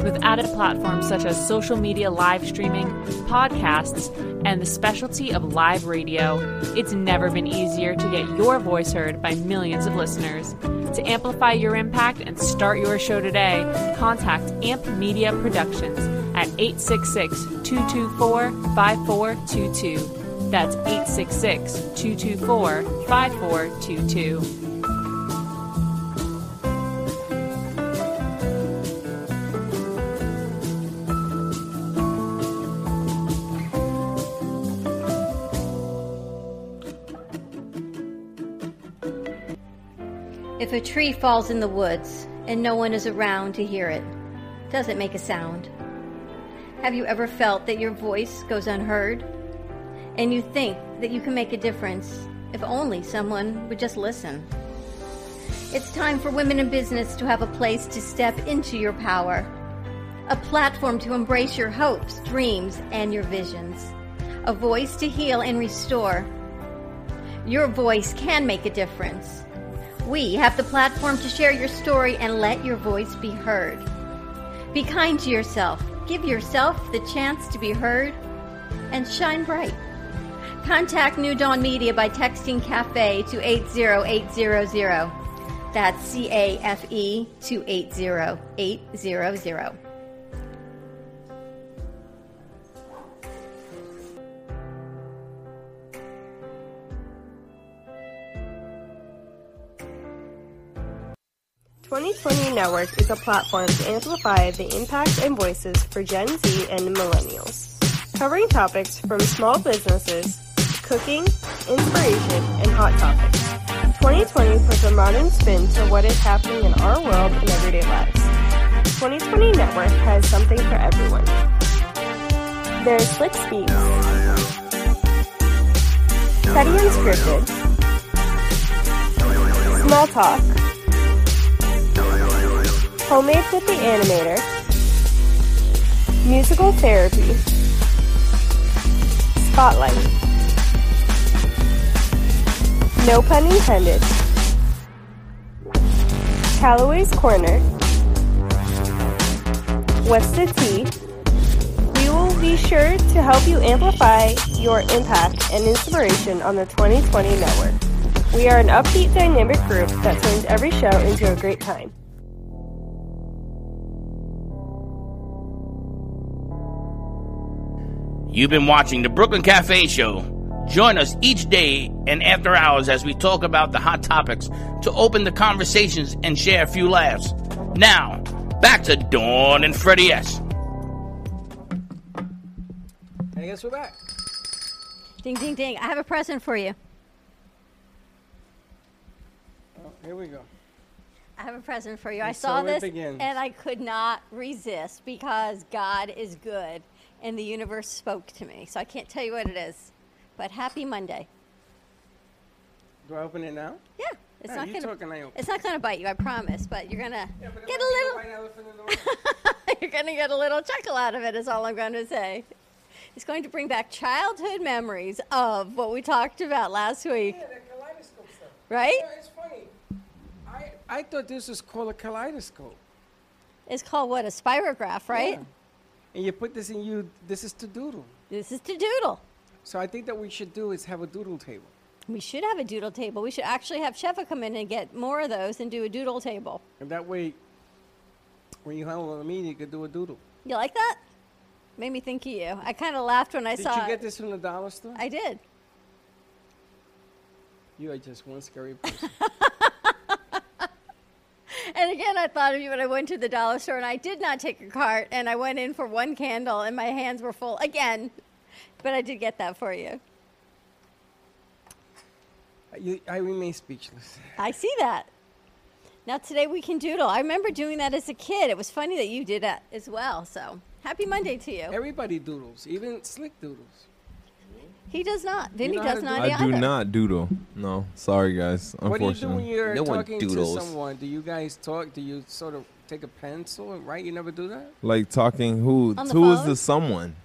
Speaker 5: With added platforms such as social media live streaming, podcasts, and the specialty of live radio, it's never been easier to get your voice heard by millions of listeners. To amplify your impact and start your show today, contact AMP Media Productions at 866 224 5422. That's 866 224 5422.
Speaker 2: If a tree falls in the woods and no one is around to hear it, does it make a sound? Have you ever felt that your voice goes unheard? And you think that you can make a difference if only someone would just listen? It's time for women in business to have a place to step into your power, a platform to embrace your hopes, dreams, and your visions, a voice to heal and restore. Your voice can make a difference. We have the platform to share your story and let your voice be heard. Be kind to yourself, give yourself the chance to be heard, and shine bright. Contact New Dawn Media by texting CAFE to 80800. That's C A F E to 80800.
Speaker 6: Twenty Network is a platform to amplify the impact and voices for Gen Z and millennials, covering topics from small businesses, cooking, inspiration, and hot topics. 2020 puts a modern spin to what is happening in our world and everyday lives. 2020 Network has something for everyone. There's Slick Speaks, Petty Unscripted, Small Talk, Homemade with the Animator, Musical Therapy, Spotlight, No pun intended. Callaway's Corner. What's the Tea? We will be sure to help you amplify your impact and inspiration on the 2020 network. We are an upbeat, dynamic group that turns every show into a great time.
Speaker 7: You've been watching the Brooklyn Cafe Show. Join us each day and after hours as we talk about the hot topics to open the conversations and share a few laughs. Now, back to Dawn and Freddie S.
Speaker 1: I guess we're back.
Speaker 2: Ding, ding, ding. I have a present for you.
Speaker 1: Oh, here we go.
Speaker 2: I have a present for you. I
Speaker 1: And
Speaker 2: saw
Speaker 1: so it
Speaker 2: this
Speaker 1: begins.
Speaker 2: and I could not resist because God is good and the universe spoke to me. So I can't tell you what it is. But happy Monday.
Speaker 1: Do I open it now?
Speaker 2: Yeah. It's
Speaker 1: Yeah,
Speaker 2: not
Speaker 1: you
Speaker 2: gonna
Speaker 1: talk and I open.
Speaker 2: It's not gonna bite you, I promise, but you're gonna get a little you're gonna get a little chuckle out of it is all I'm gonna say. It's going to bring back childhood memories of what we talked about last week. Right?
Speaker 1: Yeah, it's funny. I, I thought this was called a kaleidoscope.
Speaker 2: It's called what, a spirograph, right?
Speaker 1: Yeah. And you put this in you, this is to doodle.
Speaker 2: This is to doodle.
Speaker 1: So I think that we should do is have a doodle table.
Speaker 2: We should have a doodle table. We should actually have Shefa come in and get more of those and do a doodle table.
Speaker 1: And that way, when you hold a meeting, you could do a doodle.
Speaker 2: You like that? Made me think of you. I kind of laughed when I
Speaker 1: Did
Speaker 2: saw
Speaker 1: you
Speaker 2: it.
Speaker 1: get this from the dollar store?
Speaker 2: I did.
Speaker 1: you are just one scary person.
Speaker 2: And again, I thought of you when I went to the dollar store and I did not take a cart and I went in for one candle and my hands were full again. But I did get that for you.
Speaker 1: you, I remain speechless.
Speaker 2: I see that. Now today we can doodle. I remember doing that as a kid. It was funny that you did that as well. So happy Monday to you.
Speaker 1: Everybody doodles, even slick doodles.
Speaker 2: He does not. Vinny
Speaker 1: know how
Speaker 2: does
Speaker 1: to
Speaker 2: not
Speaker 3: I do
Speaker 2: either.
Speaker 3: not doodle. No, sorry guys.
Speaker 1: What do you do when
Speaker 3: Unfortunately,
Speaker 1: you're
Speaker 8: No one
Speaker 1: talking
Speaker 8: doodles.
Speaker 1: to someone? Do you guys talk? Do you sort of take a pencil and write? You never do that?
Speaker 3: like talking who
Speaker 2: On the
Speaker 3: who is
Speaker 2: phone?
Speaker 3: the someone?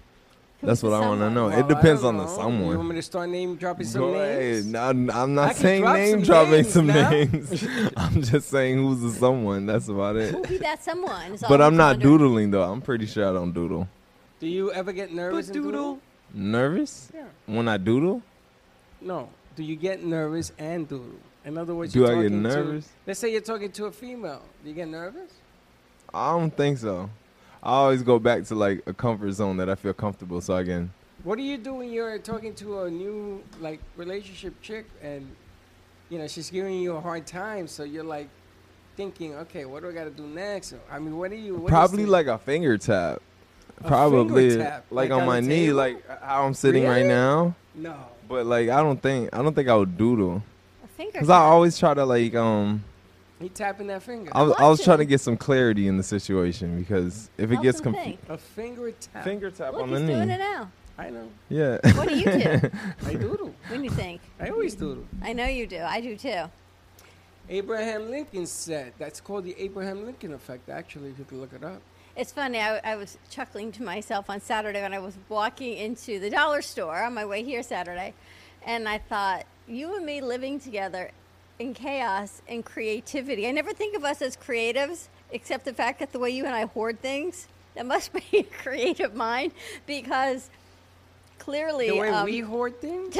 Speaker 2: Who
Speaker 3: That's
Speaker 2: is the
Speaker 3: what I want to
Speaker 2: someone?
Speaker 3: know.
Speaker 1: Well,
Speaker 3: it
Speaker 1: I
Speaker 3: depends
Speaker 1: don't
Speaker 3: on the
Speaker 1: know. You want
Speaker 3: someone.
Speaker 1: me to start name dropping some
Speaker 3: Go
Speaker 1: names?
Speaker 3: ahead. No, n- I'm
Speaker 1: I
Speaker 3: not
Speaker 1: can
Speaker 3: saying
Speaker 1: drop
Speaker 3: name
Speaker 1: some
Speaker 3: dropping
Speaker 1: names
Speaker 3: some
Speaker 1: now.
Speaker 3: names. I'm just saying who's the someone. That's about it.
Speaker 2: Who be that someone? is all
Speaker 3: But I'm not
Speaker 2: wondering.
Speaker 3: doodling though. I'm pretty sure I don't doodle.
Speaker 1: Do you ever get nervous? and doodle?
Speaker 3: Nervous
Speaker 1: Yeah.
Speaker 3: when I doodle?
Speaker 1: No. Do you get nervous and doodle? In other words,
Speaker 3: Do
Speaker 1: you're
Speaker 3: I get
Speaker 1: talking to-
Speaker 3: nervous?
Speaker 1: let's say you're talking to a female. Do you get nervous?
Speaker 3: I don't think so. I always go back to like a comfort zone that I feel comfortable, so I can.
Speaker 1: What do you do when you're talking to a new like relationship chick and you know she's giving you a hard time? So you're like thinking, okay, what do I got to do next? I mean, what do you what is
Speaker 3: probably
Speaker 1: the-
Speaker 3: like a finger tap.
Speaker 1: A
Speaker 3: probably
Speaker 1: finger tap,
Speaker 3: like,
Speaker 1: like
Speaker 3: on,
Speaker 1: on
Speaker 3: my
Speaker 1: the
Speaker 3: knee,
Speaker 1: table?
Speaker 3: like how I'm sitting right
Speaker 1: Really?
Speaker 3: now.
Speaker 1: no.
Speaker 3: But like I don't think I don't think I would doodle
Speaker 2: A finger
Speaker 3: because I
Speaker 2: tap.
Speaker 3: always try to like um
Speaker 1: He tapping that finger.
Speaker 3: I was, I was
Speaker 2: Watch
Speaker 3: trying to
Speaker 2: it.
Speaker 3: get some clarity in the situation because if it
Speaker 2: Help
Speaker 3: gets
Speaker 2: him
Speaker 3: confused,
Speaker 2: think.
Speaker 1: A finger tap.
Speaker 3: finger tap
Speaker 2: Look,
Speaker 3: on the
Speaker 2: he's
Speaker 3: knee.
Speaker 2: doing it now.
Speaker 1: I know.
Speaker 3: Yeah.
Speaker 2: What do you do
Speaker 1: I doodle.
Speaker 2: when you think?
Speaker 1: I always doodle.
Speaker 2: I know you do. I do too.
Speaker 1: Abraham Lincoln said that's called the Abraham Lincoln effect. Actually, if you could look it up.
Speaker 2: It's funny. I, I was chuckling to myself on Saturday when I was walking into the dollar store on my way here Saturday, and I thought, you and me living together in chaos and creativity. I never think of us as creatives, except the fact that the way you and I hoard things, that must be a creative mind, because clearly
Speaker 1: The way
Speaker 2: um,
Speaker 1: we hoard things.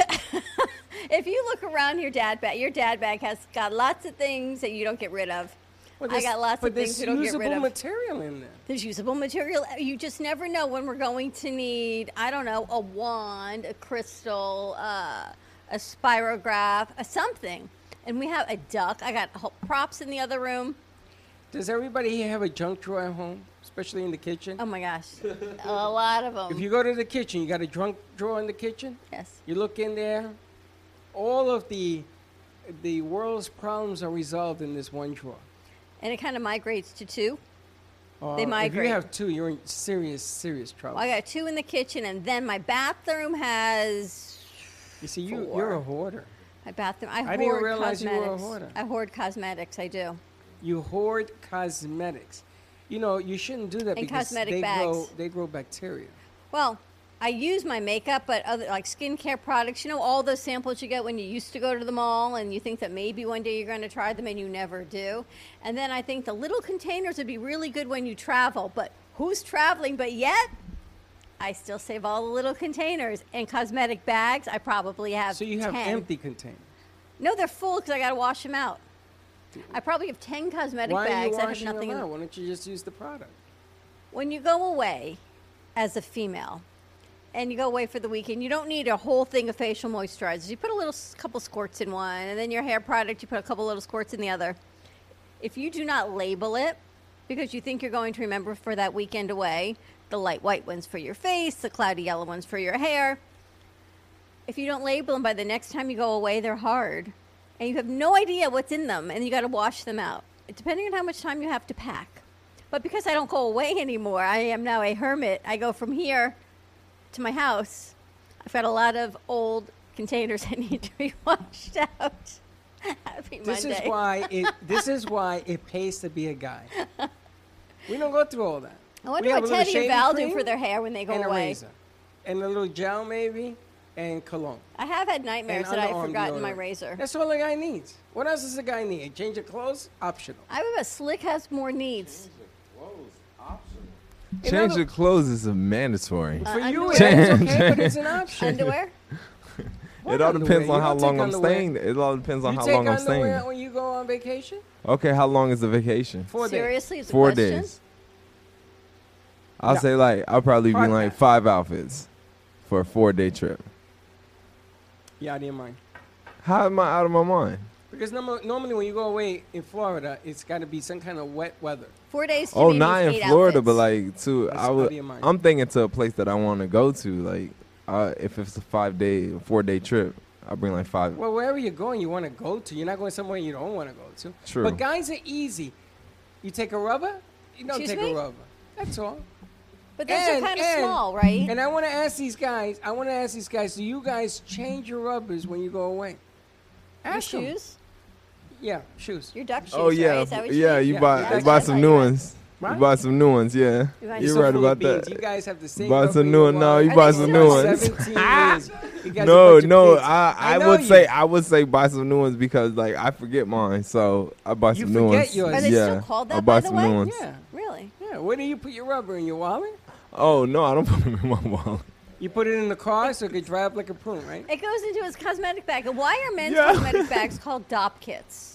Speaker 2: if you look around your dad bag, your dad bag has got lots of things that you don't get rid of.
Speaker 1: Well,
Speaker 2: I
Speaker 1: there's-
Speaker 2: got lots
Speaker 1: but
Speaker 2: of things we
Speaker 1: there's
Speaker 2: don't get rid
Speaker 1: usable
Speaker 2: of.
Speaker 1: material in there.
Speaker 2: There's usable material. You just never know when we're going to need, I don't know, a wand, a crystal, uh, a spirograph, a something. And we have a duck. I got ho- props in the other room.
Speaker 1: Does everybody here have a junk drawer at home, especially in the kitchen?
Speaker 2: Oh my gosh, a lot of them.
Speaker 1: if you go to the kitchen, you got a junk drawer in the kitchen.
Speaker 2: yes,
Speaker 1: You look in there, all of the the world's problems are resolved in this one drawer.
Speaker 2: and it kind of migrates to two.
Speaker 1: Uh, If
Speaker 2: migrate.
Speaker 1: you have two, you're in serious, serious trouble.
Speaker 2: I got two in the kitchen, and then my bathroom has
Speaker 1: you see, you, you're a hoarder.
Speaker 2: my bathroom. I,
Speaker 1: I
Speaker 2: hoard
Speaker 1: didn't realize you were a
Speaker 2: cosmetics.
Speaker 1: hoarder.
Speaker 2: I hoard cosmetics. I do.
Speaker 1: You hoard cosmetics. You know you shouldn't do that
Speaker 2: And
Speaker 1: because
Speaker 2: cosmetic
Speaker 1: they
Speaker 2: bags.
Speaker 1: grow they grow bacteria.
Speaker 2: Well, I use my makeup, but other like skincare products, you know, all those samples you get when you used to go to the mall and you think that maybe one day you're going to try them and you never do. And then I think the little containers would be really good when you travel, but who's traveling? But yet, I still save all the little containers and cosmetic bags. I probably have
Speaker 1: So you have
Speaker 2: 10.
Speaker 1: empty containers.
Speaker 2: No, they're full because I got to wash them out. I probably have 10 cosmetic
Speaker 1: Why are you
Speaker 2: bags that have
Speaker 1: washing
Speaker 2: nothing
Speaker 1: them
Speaker 2: in
Speaker 1: out?
Speaker 2: them.
Speaker 1: Why don't you just use the product?
Speaker 2: When you go away as a female and you go away for the weekend, you don't need a whole thing of facial moisturizers. You put a little s- couple squirts in one, and then your hair product, you put a couple little squirts in the other. If you do not label it because you think you're going to remember for that weekend away, the light white ones for your face, the cloudy yellow ones for your hair, if you don't label them by the next time you go away, they're hard. And you have no idea what's in them, and you got to wash them out, depending on how much time you have to pack. But because I don't go away anymore, I am now a hermit. I go from here to my house. I've got a lot of old containers that need to be washed out. Happy
Speaker 1: This
Speaker 2: Monday.
Speaker 1: is why it. This is why it pays to be a guy. We don't go through all that.
Speaker 2: I wonder
Speaker 1: We have
Speaker 2: what
Speaker 1: a little
Speaker 2: Teddy and
Speaker 1: shaving
Speaker 2: Val do
Speaker 1: cream
Speaker 2: for their hair when they go
Speaker 1: and
Speaker 2: away.
Speaker 1: a razor, and a little gel maybe, and cologne.
Speaker 2: I have had
Speaker 1: and
Speaker 2: nightmares that I've
Speaker 1: underarm
Speaker 2: forgotten my
Speaker 1: deodorant.
Speaker 2: razor.
Speaker 1: That's all a guy needs. What else does a guy need? A change of clothes, optional.
Speaker 2: I have a slick has more needs.
Speaker 1: In
Speaker 3: Change
Speaker 1: other-
Speaker 3: your clothes is a mandatory.
Speaker 1: For you,
Speaker 2: underwear.
Speaker 1: it's okay, but it's an option.
Speaker 2: Underwear?
Speaker 3: it all
Speaker 1: underwear?
Speaker 3: depends
Speaker 1: You
Speaker 3: on how
Speaker 1: don't
Speaker 3: long
Speaker 1: take
Speaker 3: I'm
Speaker 1: underwear.
Speaker 3: staying. It all depends on
Speaker 1: you
Speaker 3: how
Speaker 1: take
Speaker 3: long I'm
Speaker 1: underwear
Speaker 3: staying.
Speaker 1: when you go on vacation?
Speaker 3: Okay, how long is the vacation?
Speaker 1: Four days.
Speaker 2: Seriously? It's a
Speaker 3: Four
Speaker 2: question?
Speaker 3: days. I'll
Speaker 1: Yeah.
Speaker 3: say like I'll probably be
Speaker 1: Hard
Speaker 3: like
Speaker 1: pass.
Speaker 3: five outfits for a four day trip.
Speaker 1: Yeah, I didn't mind.
Speaker 3: How am I out of my mind?
Speaker 1: Because norm- normally when you go away in Florida, it's got to be some kind of wet weather.
Speaker 2: Four days. To
Speaker 3: Oh,
Speaker 2: me
Speaker 3: not
Speaker 2: means
Speaker 3: in
Speaker 2: eight
Speaker 3: Florida, but
Speaker 2: outfits.
Speaker 3: like to
Speaker 1: That's
Speaker 3: I
Speaker 1: out
Speaker 3: would.
Speaker 1: of your mind.
Speaker 3: I'm thinking to a place that I want to go to. Like, uh, if it's a five day, four day trip, I'll bring like five.
Speaker 1: Well, wherever you're going, you want to go to. You're not going somewhere you don't want to go to.
Speaker 3: True.
Speaker 1: But guys are easy. You take a rubber, you don't
Speaker 2: Excuse
Speaker 1: take
Speaker 2: me?
Speaker 1: a rubber. That's all.
Speaker 2: But those
Speaker 1: And-
Speaker 2: are kind of
Speaker 1: and-
Speaker 2: small, right?
Speaker 1: And I want to ask these guys. I want to ask these guys. Do you guys change your rubbers when you go away?
Speaker 2: your
Speaker 1: Ask 'em.
Speaker 2: shoes,
Speaker 1: Yeah, shoes.
Speaker 2: your duck shoes.
Speaker 3: oh yeah,
Speaker 2: right? Is that what you
Speaker 3: yeah.
Speaker 2: mean?
Speaker 3: You
Speaker 1: Yeah,
Speaker 3: buy
Speaker 1: yeah,
Speaker 3: you buy
Speaker 2: that's
Speaker 3: some
Speaker 2: right.
Speaker 3: new ones.
Speaker 1: Right?
Speaker 3: You buy some new ones. Yeah,
Speaker 2: You buy
Speaker 3: you're
Speaker 2: some
Speaker 3: right
Speaker 1: full of
Speaker 3: about that.
Speaker 1: beans. You guys have the same.
Speaker 3: Buy
Speaker 1: rubber
Speaker 3: some
Speaker 1: you
Speaker 3: new
Speaker 1: go
Speaker 3: one. No,
Speaker 1: on
Speaker 3: you
Speaker 2: Are
Speaker 3: buy
Speaker 2: they
Speaker 3: some
Speaker 2: still
Speaker 3: new
Speaker 2: on
Speaker 3: ones.
Speaker 1: 17 years. You guys are a
Speaker 3: No,
Speaker 1: bunch of
Speaker 3: no.
Speaker 1: pigs.
Speaker 3: I I
Speaker 1: know
Speaker 3: would
Speaker 1: you.
Speaker 3: say I would say buy some new ones because like I forget mine, so I buy
Speaker 1: You
Speaker 3: some new
Speaker 1: forget
Speaker 3: ones.
Speaker 1: yours. Are
Speaker 2: they
Speaker 3: yeah,
Speaker 2: still called
Speaker 3: I
Speaker 2: that,
Speaker 3: buy
Speaker 2: by the
Speaker 3: some
Speaker 2: way?
Speaker 3: new ones.
Speaker 1: Yeah,
Speaker 2: Really?
Speaker 1: yeah. Where do you put your rubber in your wallet?
Speaker 3: Oh no, I don't put them in my wallet.
Speaker 1: You put it in the car so it could dry up like a prune, right?
Speaker 2: It goes into his cosmetic bag. And Why are men's
Speaker 3: Yeah.
Speaker 2: cosmetic bags called dop kits?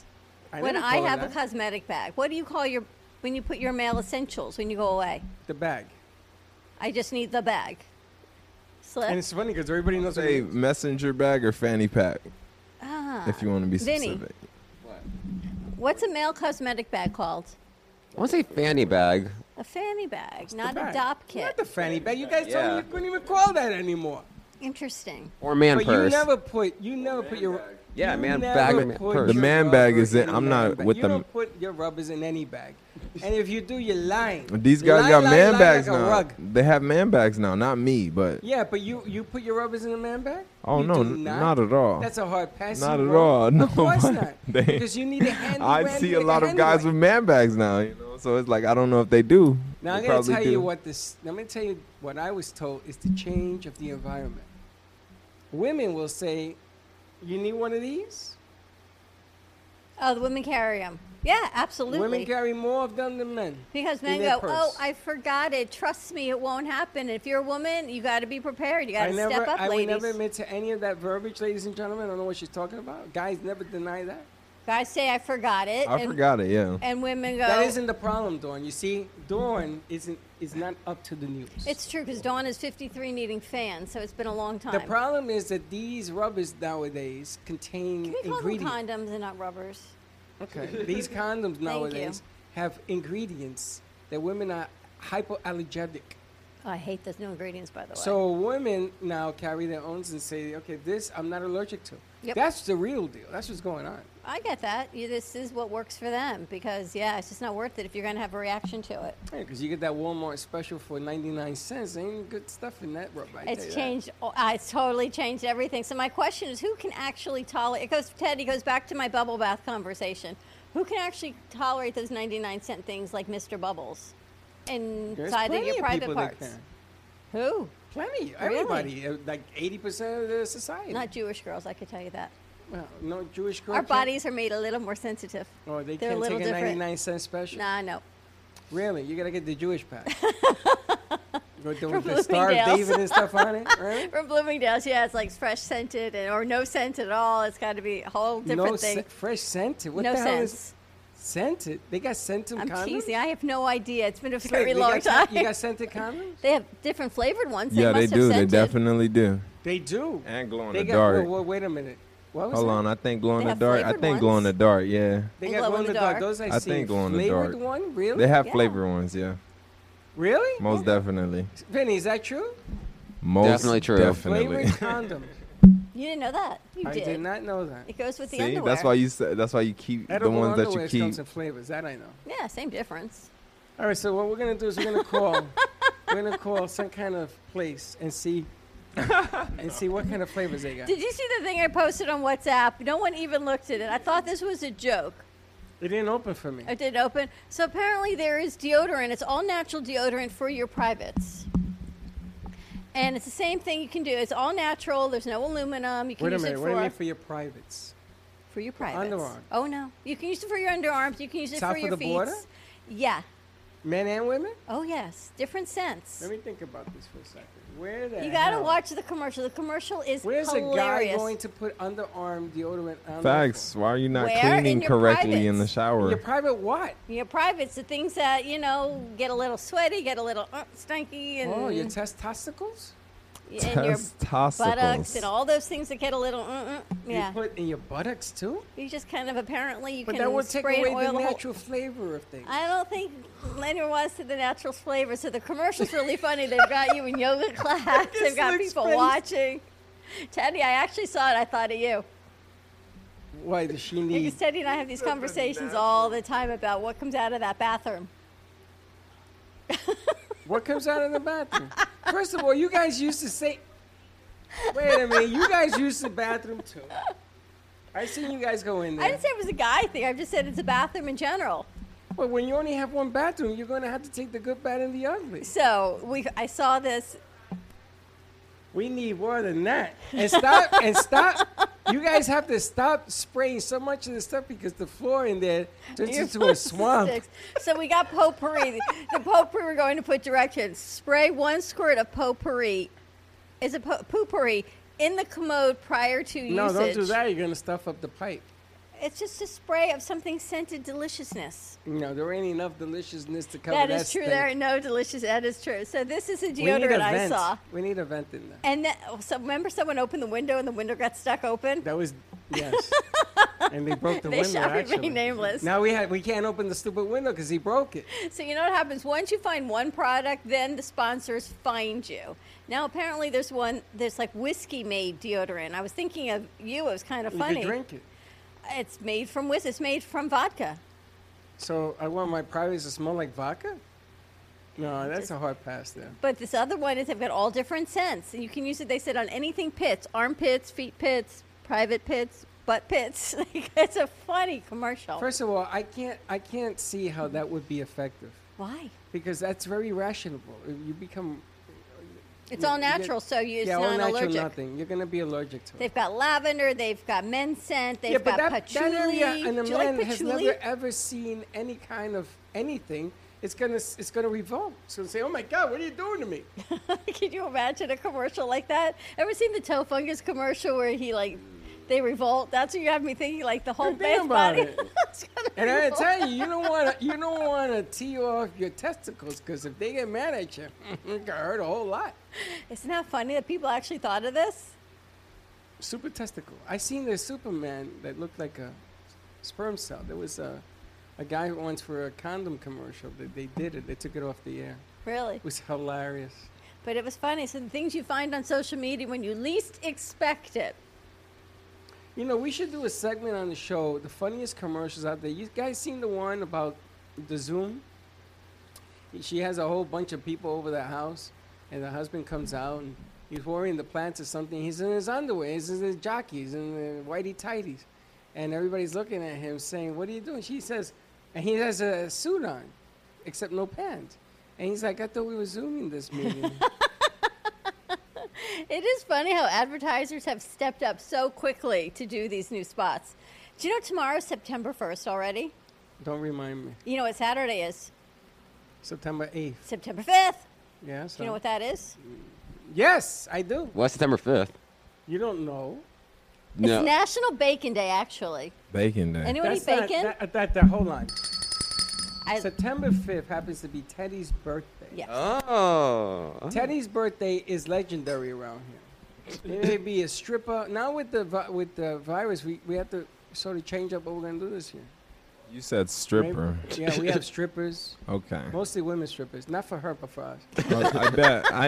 Speaker 2: when
Speaker 1: never
Speaker 2: I
Speaker 1: call it
Speaker 2: have a
Speaker 1: that.
Speaker 2: cosmetic bag, what do you call your when you put your male essentials when you go away?
Speaker 1: the bag.
Speaker 2: I just need the bag.
Speaker 1: And
Speaker 2: Slip.
Speaker 1: it's funny because everybody knows. what it
Speaker 3: Say
Speaker 1: is.
Speaker 3: messenger bag or fanny pack
Speaker 2: Ah.
Speaker 3: if you want to be
Speaker 2: Vinny.
Speaker 3: specific.
Speaker 2: What's a male cosmetic bag called?
Speaker 8: I want to say fanny bag.
Speaker 2: A fanny bag,
Speaker 1: The
Speaker 2: not a
Speaker 1: bag.
Speaker 2: dop kit.
Speaker 1: Not the fanny bag. You guys told
Speaker 8: Yeah.
Speaker 1: me you couldn't even call that anymore.
Speaker 2: Interesting.
Speaker 8: Or man
Speaker 1: but
Speaker 8: purse.
Speaker 1: you never put. You never put your.
Speaker 8: Yeah,
Speaker 1: you
Speaker 8: man
Speaker 1: never
Speaker 8: bag or man
Speaker 1: put
Speaker 8: purse.
Speaker 3: The
Speaker 1: your
Speaker 3: man bag
Speaker 1: rubber
Speaker 3: is in-
Speaker 1: a
Speaker 3: I'm
Speaker 1: man
Speaker 3: not
Speaker 1: bag.
Speaker 3: with
Speaker 1: you
Speaker 3: the-
Speaker 1: don't put your rubbers in any bag, and if you do, you're lying.
Speaker 3: These
Speaker 1: You
Speaker 3: guys
Speaker 1: lie,
Speaker 3: got
Speaker 1: lie,
Speaker 3: man
Speaker 1: lie
Speaker 3: bags
Speaker 1: like a
Speaker 3: now.
Speaker 1: rug.
Speaker 3: They have man bags now, not me, but
Speaker 1: Yeah, but you you put your rubbers in a man bag?
Speaker 3: Oh,
Speaker 1: You
Speaker 3: no,
Speaker 1: do
Speaker 3: n- not at all.
Speaker 1: That's a hard pass.
Speaker 3: Not
Speaker 1: you
Speaker 3: at
Speaker 1: roll.
Speaker 3: all, no,
Speaker 1: of course
Speaker 3: but
Speaker 1: not.
Speaker 3: they-
Speaker 1: because you need a handy.
Speaker 3: I
Speaker 1: dandy
Speaker 3: see a
Speaker 1: with
Speaker 3: lot of
Speaker 1: handy
Speaker 3: guys
Speaker 1: one.
Speaker 3: with man bags now, you know. So it's like I don't know if they do.
Speaker 1: Now
Speaker 3: They
Speaker 1: I'm gonna
Speaker 3: probably
Speaker 1: tell
Speaker 3: do.
Speaker 1: you what this. I'm gonna tell you what I was told is the change of the environment. Women will say, "You need one of these."
Speaker 2: Oh, the women carry them. Yeah, absolutely.
Speaker 1: Women carry more of them than men.
Speaker 2: Because
Speaker 1: in
Speaker 2: men
Speaker 1: their
Speaker 2: go, oh,
Speaker 1: purse."
Speaker 2: I forgot it. Trust me, it won't happen. If you're a woman, you got to be prepared. You got
Speaker 1: I
Speaker 2: to
Speaker 1: never,
Speaker 2: step up,
Speaker 1: I
Speaker 2: ladies.
Speaker 1: would never admit to any of that verbiage, ladies and gentlemen. I don't know what she's talking about. Guys never deny that.
Speaker 2: Guys say, I forgot it.
Speaker 3: I
Speaker 2: and,
Speaker 3: forgot it. Yeah.
Speaker 2: And women go,
Speaker 1: That isn't the problem, Dawn. You see, Dawn isn't is not up to the news.
Speaker 2: it's true because Dawn is 53 needing fans, so it's been a long time.
Speaker 1: The problem is that these rubbers nowadays contain
Speaker 2: Can we call them
Speaker 1: ingredients.
Speaker 2: condoms and not rubbers?
Speaker 1: okay. these condoms nowadays have ingredients that women are hypoallergenic.
Speaker 2: Oh, I hate those new ingredients, by the way.
Speaker 1: So women now carry their own and say, okay, this I'm not allergic to.
Speaker 2: Yep.
Speaker 1: That's the real deal. That's what's going on.
Speaker 2: I get that. You, this is what works for them because, yeah, it's just not worth it if you're going to have a reaction to it.
Speaker 1: Because you get that Walmart special for 99 cents. Ain't good stuff in that rubber. I tell you
Speaker 2: It's
Speaker 1: that.
Speaker 2: changed. oh, uh, It's totally changed everything. So my question is, who can actually tolerate? It goes, Teddy goes back to my bubble bath conversation. Who can actually tolerate those ninety-nine cent things like Mr. Bubbles
Speaker 1: There's
Speaker 2: inside of
Speaker 1: plenty
Speaker 2: your
Speaker 1: of
Speaker 2: private
Speaker 1: people that
Speaker 2: parts?
Speaker 1: can.
Speaker 2: Who?
Speaker 1: Plenty. Everybody, uh, like eighty percent of the society.
Speaker 2: Not Jewish girls, I could tell you that.
Speaker 1: well, no Jewish girl.
Speaker 2: Our
Speaker 1: can't-
Speaker 2: bodies are made a little more sensitive.
Speaker 1: Oh, they
Speaker 2: They're a
Speaker 1: can't
Speaker 2: little
Speaker 1: take a
Speaker 2: different.
Speaker 1: ninety-nine cent special.
Speaker 2: Nah, no.
Speaker 1: Really, you gotta get the Jewish pack. With the, with the
Speaker 2: Bloomingdale's.
Speaker 1: Star of David and stuff on it, really?
Speaker 2: From Bloomingdale's, yeah, it's like fresh scented and, or no scent at all. It's got to be a whole different
Speaker 1: no
Speaker 2: thing.
Speaker 1: se- fresh scented. What
Speaker 2: no
Speaker 1: the hell
Speaker 2: sense.
Speaker 1: is scented? They got scented
Speaker 2: I'm
Speaker 1: condoms.
Speaker 2: teasing. I have no idea. It's been a
Speaker 1: Wait,
Speaker 2: very
Speaker 1: they
Speaker 2: long
Speaker 1: got,
Speaker 2: time.
Speaker 1: You got scented condoms?
Speaker 2: they have different flavored ones.
Speaker 3: yeah,
Speaker 2: they,
Speaker 3: they
Speaker 2: must
Speaker 3: do.
Speaker 2: Have
Speaker 3: They
Speaker 2: scented.
Speaker 3: definitely do.
Speaker 1: They do.
Speaker 3: And glow in
Speaker 1: they
Speaker 3: the
Speaker 1: got,
Speaker 3: dark.
Speaker 1: Whoa, whoa, wait a minute. What was
Speaker 3: Hold
Speaker 1: that?
Speaker 3: on, I think glow in
Speaker 2: They
Speaker 3: the
Speaker 2: have
Speaker 3: dark. I
Speaker 2: flavored
Speaker 3: think glow in
Speaker 2: ones.
Speaker 3: the dark. Yeah,
Speaker 1: They
Speaker 2: And
Speaker 1: got
Speaker 2: glow
Speaker 1: glow
Speaker 2: in
Speaker 1: in the
Speaker 2: the
Speaker 1: dark.
Speaker 2: dark.
Speaker 1: Those I,
Speaker 3: I
Speaker 1: seen.
Speaker 3: think glow in the
Speaker 1: Flavored
Speaker 3: dark.
Speaker 1: one, really?
Speaker 3: they have
Speaker 2: Yeah.
Speaker 3: flavor ones. Yeah,
Speaker 1: really?
Speaker 3: most definitely.
Speaker 1: Vinny, is that true?
Speaker 3: Most
Speaker 8: Definitely true.
Speaker 3: Definitely.
Speaker 1: Flavored condoms.
Speaker 2: You didn't know that. You
Speaker 1: I
Speaker 2: did.
Speaker 1: did not know that.
Speaker 2: It goes with the
Speaker 3: See,
Speaker 2: underwear.
Speaker 3: that's why you said. That's why you keep
Speaker 1: Edible
Speaker 3: the ones that
Speaker 1: underwear
Speaker 3: you keep.
Speaker 1: comes in flavors. That I know.
Speaker 2: Yeah, same difference.
Speaker 1: All right, so what we're gonna do is we're gonna call, we're gonna call some kind of place and see, and see what kind of flavors they got.
Speaker 2: Did you see the thing I posted on WhatsApp? No one even looked at it. I thought this was a joke.
Speaker 1: It didn't open for me.
Speaker 2: I did open. So apparently there is deodorant. It's all natural deodorant for your privates. And it's the same thing you can do. It's all natural. There's no aluminum. You can
Speaker 1: Wait a
Speaker 2: use
Speaker 1: minute.
Speaker 2: it
Speaker 1: What do you
Speaker 2: for,
Speaker 1: mean for your privates?
Speaker 2: for your privates.
Speaker 1: underarm.
Speaker 2: Oh no. You can use it for your underarms. You can use it
Speaker 1: South
Speaker 2: for
Speaker 1: of
Speaker 2: your
Speaker 1: the
Speaker 2: feet.
Speaker 1: border?
Speaker 2: Yeah.
Speaker 1: Men and women?
Speaker 2: Oh yes. Different scents.
Speaker 1: Let me think about this for a second. Where the
Speaker 2: You gotta
Speaker 1: hell-
Speaker 2: watch the commercial. The commercial is
Speaker 1: Where's
Speaker 2: hilarious.
Speaker 1: a guy going to put underarm deodorant on? their
Speaker 3: Facts. Why are you not
Speaker 2: Where in
Speaker 3: cleaning
Speaker 2: your
Speaker 3: correctly in
Speaker 2: privates?
Speaker 3: the
Speaker 1: phone?
Speaker 3: shower?
Speaker 1: Your private what?
Speaker 2: your privates, the things that you know get a little sweaty, get a little uh, stinky, and,
Speaker 1: Oh, your test testicles?
Speaker 2: and your buttocks
Speaker 3: Testicles.
Speaker 2: and all those things that get a little uh, uh, yeah.
Speaker 1: You put in your buttocks too?
Speaker 2: You just kind of apparently you
Speaker 1: But
Speaker 2: can
Speaker 1: that will take
Speaker 2: spray
Speaker 1: away
Speaker 2: and oil
Speaker 1: the
Speaker 2: whole-
Speaker 1: natural flavor of things.
Speaker 2: I don't think Leonard wants to the natural flavor. So the commercial's really funny. They've got you in yoga class. They've got
Speaker 1: Luke's
Speaker 2: people
Speaker 1: face.
Speaker 2: watching. Teddy, I actually saw it. I thought of you.
Speaker 1: Why does she
Speaker 2: Because
Speaker 1: need?
Speaker 2: Teddy and I have these conversations all the time about what comes out of that bathroom.
Speaker 1: What comes out of the bathroom? First of all, you guys used to say. Wait a minute. You guys used the bathroom too. I seen you guys go in
Speaker 2: I
Speaker 1: there.
Speaker 2: didn't say it was a guy thing. I just said it's a bathroom in general.
Speaker 1: But when you only have one bathroom, you're going to have to take the good, bad, and the ugly.
Speaker 2: So we, I saw this.
Speaker 1: We need more than that. And stop and stop. You guys have to stop spraying so much of this stuff because the floor in there turns into a swamp.
Speaker 2: So we got potpourri. the potpourri we're going to put directions. Spray one squirt of potpourri. Is a po- potpourri in the commode prior to
Speaker 1: No,
Speaker 2: usage?
Speaker 1: don't do that. You're gonna stuff up the pipe.
Speaker 2: It's just a spray of something scented deliciousness.
Speaker 1: You know there ain't enough deliciousness to cover that.
Speaker 2: That is true.
Speaker 1: stink.
Speaker 2: There are no delicious. That is true. So this is a
Speaker 1: We need a
Speaker 2: deodorant I
Speaker 1: vent.
Speaker 2: saw.
Speaker 1: We need a vent in there.
Speaker 2: And that, oh, so remember, someone opened the window and the window got stuck open.
Speaker 1: That was yes. and they broke the
Speaker 2: They
Speaker 1: window.
Speaker 2: shall remain
Speaker 1: actually.
Speaker 2: nameless.
Speaker 1: Now we have we can't open the stupid window because he broke it.
Speaker 2: So you know what happens once you find one product, then the sponsors find you. Now apparently there's one there's like whiskey made deodorant. I was thinking of you. It was kind of
Speaker 1: You
Speaker 2: funny.
Speaker 1: could drink it.
Speaker 2: It's made from whiskey. It's made from vodka.
Speaker 1: So I want my privates to smell like vodka. No, that's a hard pass there.
Speaker 2: But this other one is they've got all different scents. And you can use it. They said on anything pits, armpits, feet pits, private pits, butt pits. Like, it's a funny commercial.
Speaker 1: First of all, I can't I can't see how that would be effective.
Speaker 2: Why?
Speaker 1: because that's very rational. Uh, You become
Speaker 2: It's all
Speaker 1: you get-
Speaker 2: natural, so you, it's
Speaker 1: yeah, all
Speaker 2: not
Speaker 1: natural
Speaker 2: allergic.
Speaker 1: nothing. You're gonna be allergic to it.
Speaker 2: They've got lavender. They've got men's scent. They've
Speaker 1: yeah,
Speaker 2: got
Speaker 1: but that,
Speaker 2: patchouli.
Speaker 1: that area and a
Speaker 2: Do you
Speaker 1: man
Speaker 2: like
Speaker 1: has
Speaker 2: patchouli?
Speaker 1: never ever seen any kind of anything. It's gonna s- it's gonna revolt. It's gonna say, "Oh my God, what are you doing to me?"
Speaker 2: Can you imagine a commercial like that? Ever seen the toe fungus commercial where he like they revolt? That's what you have me thinking. Like the whole
Speaker 1: Think
Speaker 2: base
Speaker 1: about
Speaker 2: body.
Speaker 1: it.
Speaker 2: is gonna
Speaker 1: And I
Speaker 2: revolt.
Speaker 1: tell you, you don't wanna you don't wanna tee off your testicles because if they get mad at you, it can hurt a whole lot.
Speaker 2: Isn't that funny that people actually thought of this?
Speaker 1: Super testicle. I seen the Superman that looked like a sperm cell. There was a a guy once for a condom commercial that they did it. They took it off the air.
Speaker 2: Really?
Speaker 1: It was hilarious.
Speaker 2: But it was funny. So the things you find on social media when you least expect it.
Speaker 1: You know, we should do a segment on the show, the funniest commercials out there. You guys seen the one about the Zoom? She has a whole bunch of people over the house, and the husband comes out and he's watering the plants or something. He's in his underwear, he's in his jockeys and the whitey tighties, and everybody's looking at him saying, "What are you doing?" She says, and he has a suit on, except no pants, and he's like, "I thought we were zooming this meeting."
Speaker 2: It is funny how advertisers have stepped up so quickly to do these new spots. Do you know tomorrow's September 1st already?
Speaker 1: Don't remind me.
Speaker 2: You know what Saturday is?
Speaker 1: September 8th.
Speaker 2: September 5th.
Speaker 1: Yeah, so.
Speaker 2: Do you know what that is?
Speaker 1: yes, I do.
Speaker 8: What's September 5th?
Speaker 1: You don't know.
Speaker 8: No.
Speaker 2: It's National Bacon Day, actually.
Speaker 3: Bacon day.
Speaker 2: Anyone eat
Speaker 1: not-
Speaker 2: bacon?
Speaker 1: that, that, that- hold on.
Speaker 2: I-
Speaker 1: September 5th happens to be Teddy's birthday.
Speaker 2: Yeah.
Speaker 8: oh.
Speaker 1: Teddy's birthday is legendary around here. It may be a stripper. Now with the vi- with the virus, we, we have to sort of change up what we're gonna do this year.
Speaker 3: You said
Speaker 1: Maybe-
Speaker 3: stripper.
Speaker 1: Yeah, we have strippers,
Speaker 3: Okay.
Speaker 1: mostly women strippers. Not for her, but for us.
Speaker 3: Well, I bet. I,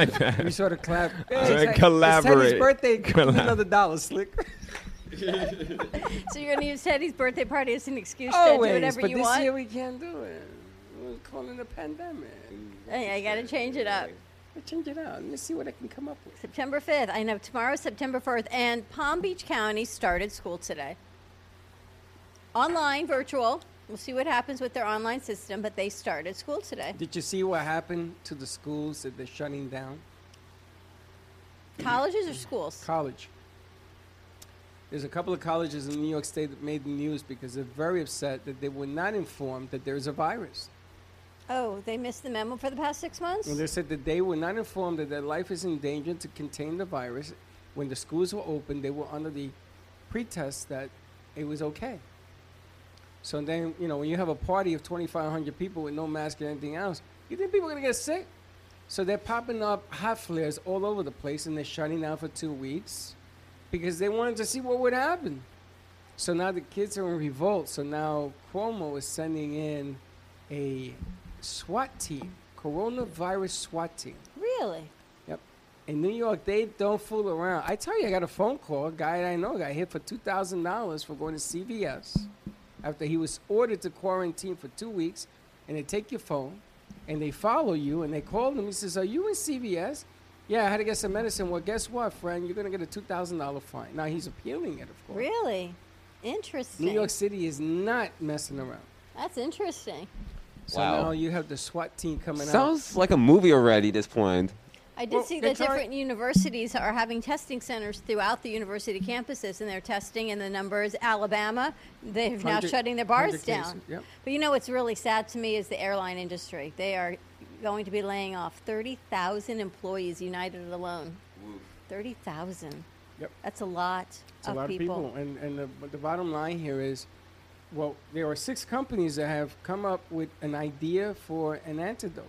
Speaker 3: I bet.
Speaker 1: We sort of clap. Hey,
Speaker 3: Alright,
Speaker 1: it's, It's
Speaker 3: collaborate.
Speaker 1: Teddy's birthday. Give me
Speaker 3: Collab-
Speaker 1: another dollar, slick.
Speaker 2: So you're going to use Teddy's birthday party as an excuse to do
Speaker 1: Always,
Speaker 2: whatever
Speaker 1: but
Speaker 2: you
Speaker 1: this
Speaker 2: want?
Speaker 1: year we can't do it. We're calling it a pandemic.
Speaker 2: Hey, I got to change it up.
Speaker 1: Let's change it out. Let's see what I can come up with.
Speaker 2: September 5th. I know tomorrow's September 4th, and Palm Beach County started school today. Online, virtual. We'll see what happens with their online system, but they started school today.
Speaker 1: Did you see what happened to the schools that they're shutting down?
Speaker 2: Colleges or schools?
Speaker 1: College. There's a couple of colleges in New York State that made the news because they're very upset that they were not informed that there is a virus.
Speaker 2: Oh, they missed the memo for the past six months?
Speaker 1: And they said that they were not informed that their life is in danger to contain the virus. When the schools were open, they were under the pretext that it was okay. So then, you know, when you have a party of 2,500 people with no mask and anything else, you think people are going to get sick? So they're popping up hot flares all over the place and they're shutting down for two weeks because they wanted to see what would happen. So now the kids are in revolt. So now Cuomo is sending in a SWAT team, coronavirus SWAT team.
Speaker 2: Really?
Speaker 1: Yep. In New York, they don't fool around. I tell you, I got a phone call. A guy that I know got hit for two thousand dollars for going to CVS after he was ordered to quarantine for two weeks, and they take your phone, and they follow you, and they call him. He says, "Are you in CVS?" Yeah, I had to get some medicine. Well, guess what, friend? You're gonna get a two thousand dollar fine. Now he's appealing it, of course.
Speaker 2: Really? Interesting.
Speaker 1: New York City is not messing around.
Speaker 2: That's interesting.
Speaker 1: So
Speaker 8: Wow.
Speaker 1: now you have the SWAT team coming out.
Speaker 8: Sounds like a movie already at this point.
Speaker 2: I did
Speaker 1: Well,
Speaker 2: see
Speaker 1: they're
Speaker 2: that
Speaker 1: trying-
Speaker 2: different universities are having testing centers throughout the university campuses, and they're testing, and the numbers Alabama, they've now
Speaker 1: 100
Speaker 2: shutting their bars
Speaker 1: 100
Speaker 2: down.
Speaker 1: cases, yep.
Speaker 2: But you know what's really sad to me is the airline industry. They are going to be laying off 30,000 employees, United alone. 30,000.
Speaker 1: Yep.
Speaker 2: That's a lot
Speaker 1: It's a lot of people. And, and the, but the bottom line here is, well, there are six companies that have come up with an idea for an antidote.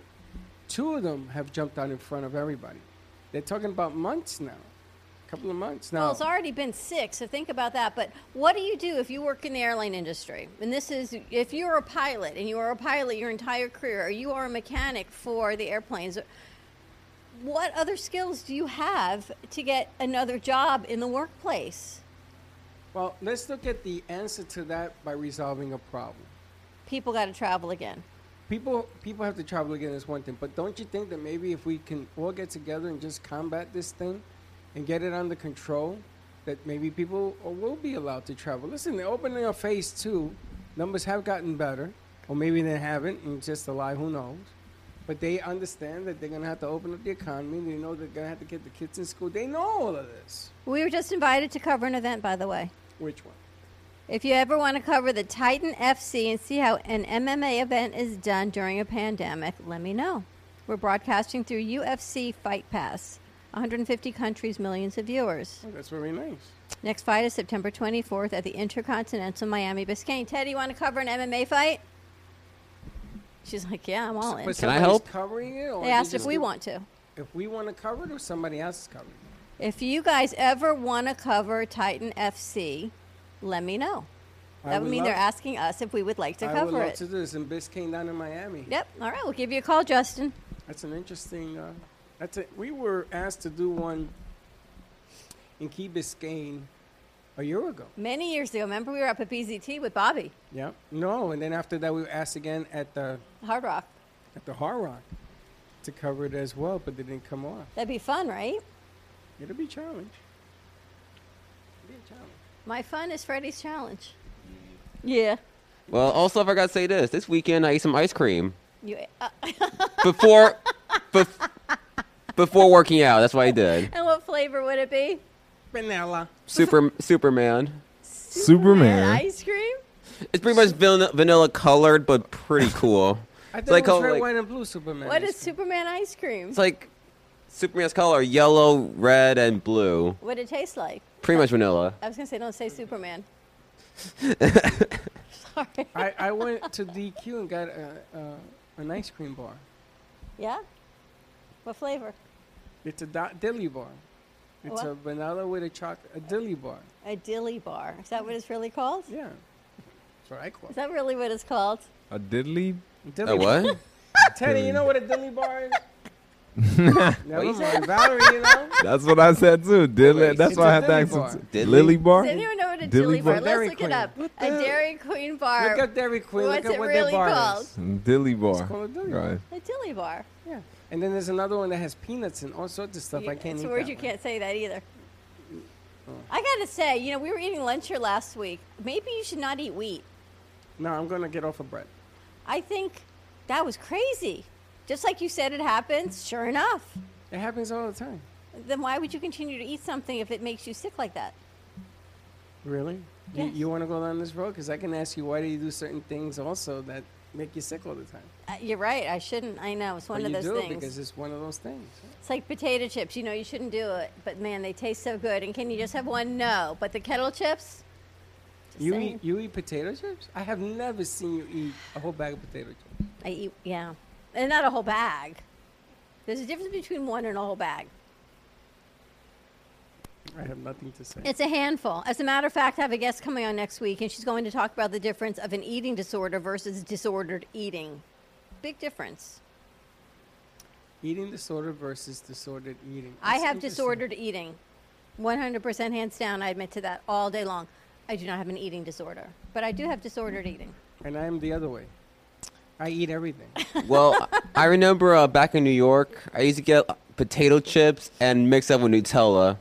Speaker 1: Two of them have jumped out in front of everybody. They're talking about months now, a couple of months now.
Speaker 2: Well, it's already been six, so think about that. But what do you do if you work in the airline industry? And this is if you're a pilot and you are a pilot your entire career, or you are a mechanic for the airplanes. What other skills do you have to get another job in the workplace?
Speaker 1: well, let's look at the answer to that by resolving a problem.
Speaker 2: People got to travel again.
Speaker 1: People, people have to travel again is one thing, but don't you think that maybe if we can all get together and just combat this thing and get it under control, that maybe people uh, will be allowed to travel? Listen, they're opening up phase two. Numbers have gotten better, or maybe they haven't, and it's just a lie, who knows? But they understand that they're going to have to open up the economy. They know they're going to have to get the kids in school. They know all of this.
Speaker 2: We were just invited to cover an event, by the way.
Speaker 1: Which one?
Speaker 2: If you ever want to cover the Titan FC and see how an MMA event is done during a pandemic, let me know. We're broadcasting through UFC Fight Pass, 150 countries, millions of viewers.
Speaker 1: Well, Oh, that's very nice.
Speaker 2: Next fight is September 24th at the Intercontinental Miami Biscayne. Teddy, you want to cover an MMA fight? She's like, yeah, I'm all in.
Speaker 1: But
Speaker 8: Can I
Speaker 1: somebody's
Speaker 8: help?
Speaker 1: Covering it, or
Speaker 2: They asked
Speaker 1: just
Speaker 2: if we
Speaker 1: do-
Speaker 2: want to.
Speaker 1: If we want to cover it, or somebody else is covering it.
Speaker 2: If you guys ever want to cover Titan FC, let me know.
Speaker 1: I
Speaker 2: That would
Speaker 1: would
Speaker 2: mean they're
Speaker 1: love-
Speaker 2: asking us if we would like to
Speaker 1: I would
Speaker 2: cover
Speaker 1: love
Speaker 2: it.
Speaker 1: to do this in Biscayne down in Miami.
Speaker 2: Yep. All right. We'll give you a call, Justin.
Speaker 1: That's an interesting. Uh, that's a, we were asked to do one in Key Biscayne a year ago.
Speaker 2: Many years ago, remember we were up at BZT with Bobby
Speaker 1: Yeah. No, and then after that we were asked again at the
Speaker 2: Hard Rock.
Speaker 1: at the Hard Rock to cover it as well, but they didn't come off.
Speaker 2: That'd be fun, right?
Speaker 1: It'll be a challenge. It'll be a challenge.
Speaker 2: My fun is Freddy's challenge. Yeah.
Speaker 8: Well, also, I forgot to say
Speaker 2: uh,
Speaker 8: this. This weekend, I ate some ice cream.
Speaker 2: You, uh,
Speaker 8: Before. bef- before working out. That's what I did.
Speaker 2: And what flavor would it be?
Speaker 1: Vanilla.
Speaker 8: Super Superman.
Speaker 3: Superman.
Speaker 2: ice cream.
Speaker 8: It's pretty much vanilla, vanilla colored, but pretty cool.
Speaker 1: I
Speaker 8: It's
Speaker 1: thought it was
Speaker 8: called,
Speaker 1: red,
Speaker 8: like-
Speaker 1: white, and blue Superman.
Speaker 2: What is Superman ice cream?
Speaker 8: It's like Superman's color: yellow, red, and blue.
Speaker 2: What it taste like?
Speaker 8: Pretty much vanilla.
Speaker 2: I was gonna say, don't say Superman. Sorry.
Speaker 1: I, I went to DQ and got a, uh, an ice cream bar.
Speaker 2: Yeah. What flavor?
Speaker 1: It's a da- dilly bar. It's
Speaker 2: What?
Speaker 1: a vanilla with a chocolate, a dilly bar.
Speaker 2: A dilly bar. Is that what it's really called?
Speaker 1: Yeah. That's what I call
Speaker 2: Is
Speaker 1: it.
Speaker 2: that really what it's called?
Speaker 3: A diddly?
Speaker 1: Dilly
Speaker 8: A what?
Speaker 1: bar. Teddy, you know what a dilly bar is? Never mind. Valerie, you know?
Speaker 3: That's what I said too. Diddly.
Speaker 8: Wait,
Speaker 3: That's
Speaker 1: it's
Speaker 3: why I had
Speaker 1: a
Speaker 3: to
Speaker 1: dilly
Speaker 3: ask
Speaker 1: bar.
Speaker 3: him.
Speaker 8: Diddly?
Speaker 3: Lily bar?
Speaker 2: Does anyone know what a dilly,
Speaker 3: Dilly
Speaker 2: bar?
Speaker 3: bar.
Speaker 1: Dairy
Speaker 2: Let's look
Speaker 1: Queen.
Speaker 2: it up.
Speaker 1: What
Speaker 2: A Dairy Queen bar.
Speaker 1: Look at Dairy Queen.
Speaker 2: What's
Speaker 1: look
Speaker 2: it
Speaker 1: at what
Speaker 2: really
Speaker 1: their bar
Speaker 2: called?
Speaker 1: is.
Speaker 3: Dilly bar.
Speaker 1: called a dilly bar.
Speaker 3: Right.
Speaker 2: a dilly bar.
Speaker 1: Yeah. And then there's another one that has peanuts and all sorts of stuff.
Speaker 2: You-
Speaker 1: I can't
Speaker 2: it's
Speaker 1: eat
Speaker 2: a word
Speaker 1: that
Speaker 2: you
Speaker 1: one. Oh.
Speaker 2: can't say that either. I gotta say, you know, we were eating lunch here last week. Maybe you should not eat wheat.
Speaker 1: No, I'm going to get off of bread.
Speaker 2: I think that was crazy. Just like you said, it happens. Sure enough.
Speaker 1: It happens all the time.
Speaker 2: Then why would you continue to eat something if it makes you sick like that?
Speaker 1: Really?
Speaker 2: Yes.
Speaker 1: You, you want to go down this road? Because I can ask you why do you do certain things also that make you sick all the time?
Speaker 2: Uh, you're right. I shouldn't. I know it's one
Speaker 1: But
Speaker 2: of
Speaker 1: you
Speaker 2: those
Speaker 1: do
Speaker 2: things.
Speaker 1: because it's one of those things.
Speaker 2: It's like potato chips. You know, you shouldn't do it, but man, they taste so good. And can you just have one? No. But the kettle chips. Just
Speaker 1: You
Speaker 2: saying.
Speaker 1: eat, you eat potato chips? I have never seen you eat a whole bag of potato chips.
Speaker 2: I eat. Yeah, and not a whole bag. There's a difference between one and a whole bag.
Speaker 1: I have nothing to say.
Speaker 2: It's a handful. As a matter of fact, I have a guest coming on next week, and she's going to talk about the difference of an eating disorder versus disordered eating. Big difference.
Speaker 1: Eating disorder versus disordered eating.
Speaker 2: I
Speaker 1: That's
Speaker 2: have
Speaker 1: interesting.
Speaker 2: disordered eating. 100% hands down, I admit to that all day long. I do not have an eating disorder, but I do have disordered eating.
Speaker 1: And I am the other way. I eat everything.
Speaker 8: Well, I remember uh, back in New York, I used to get potato chips and mix up with Nutella.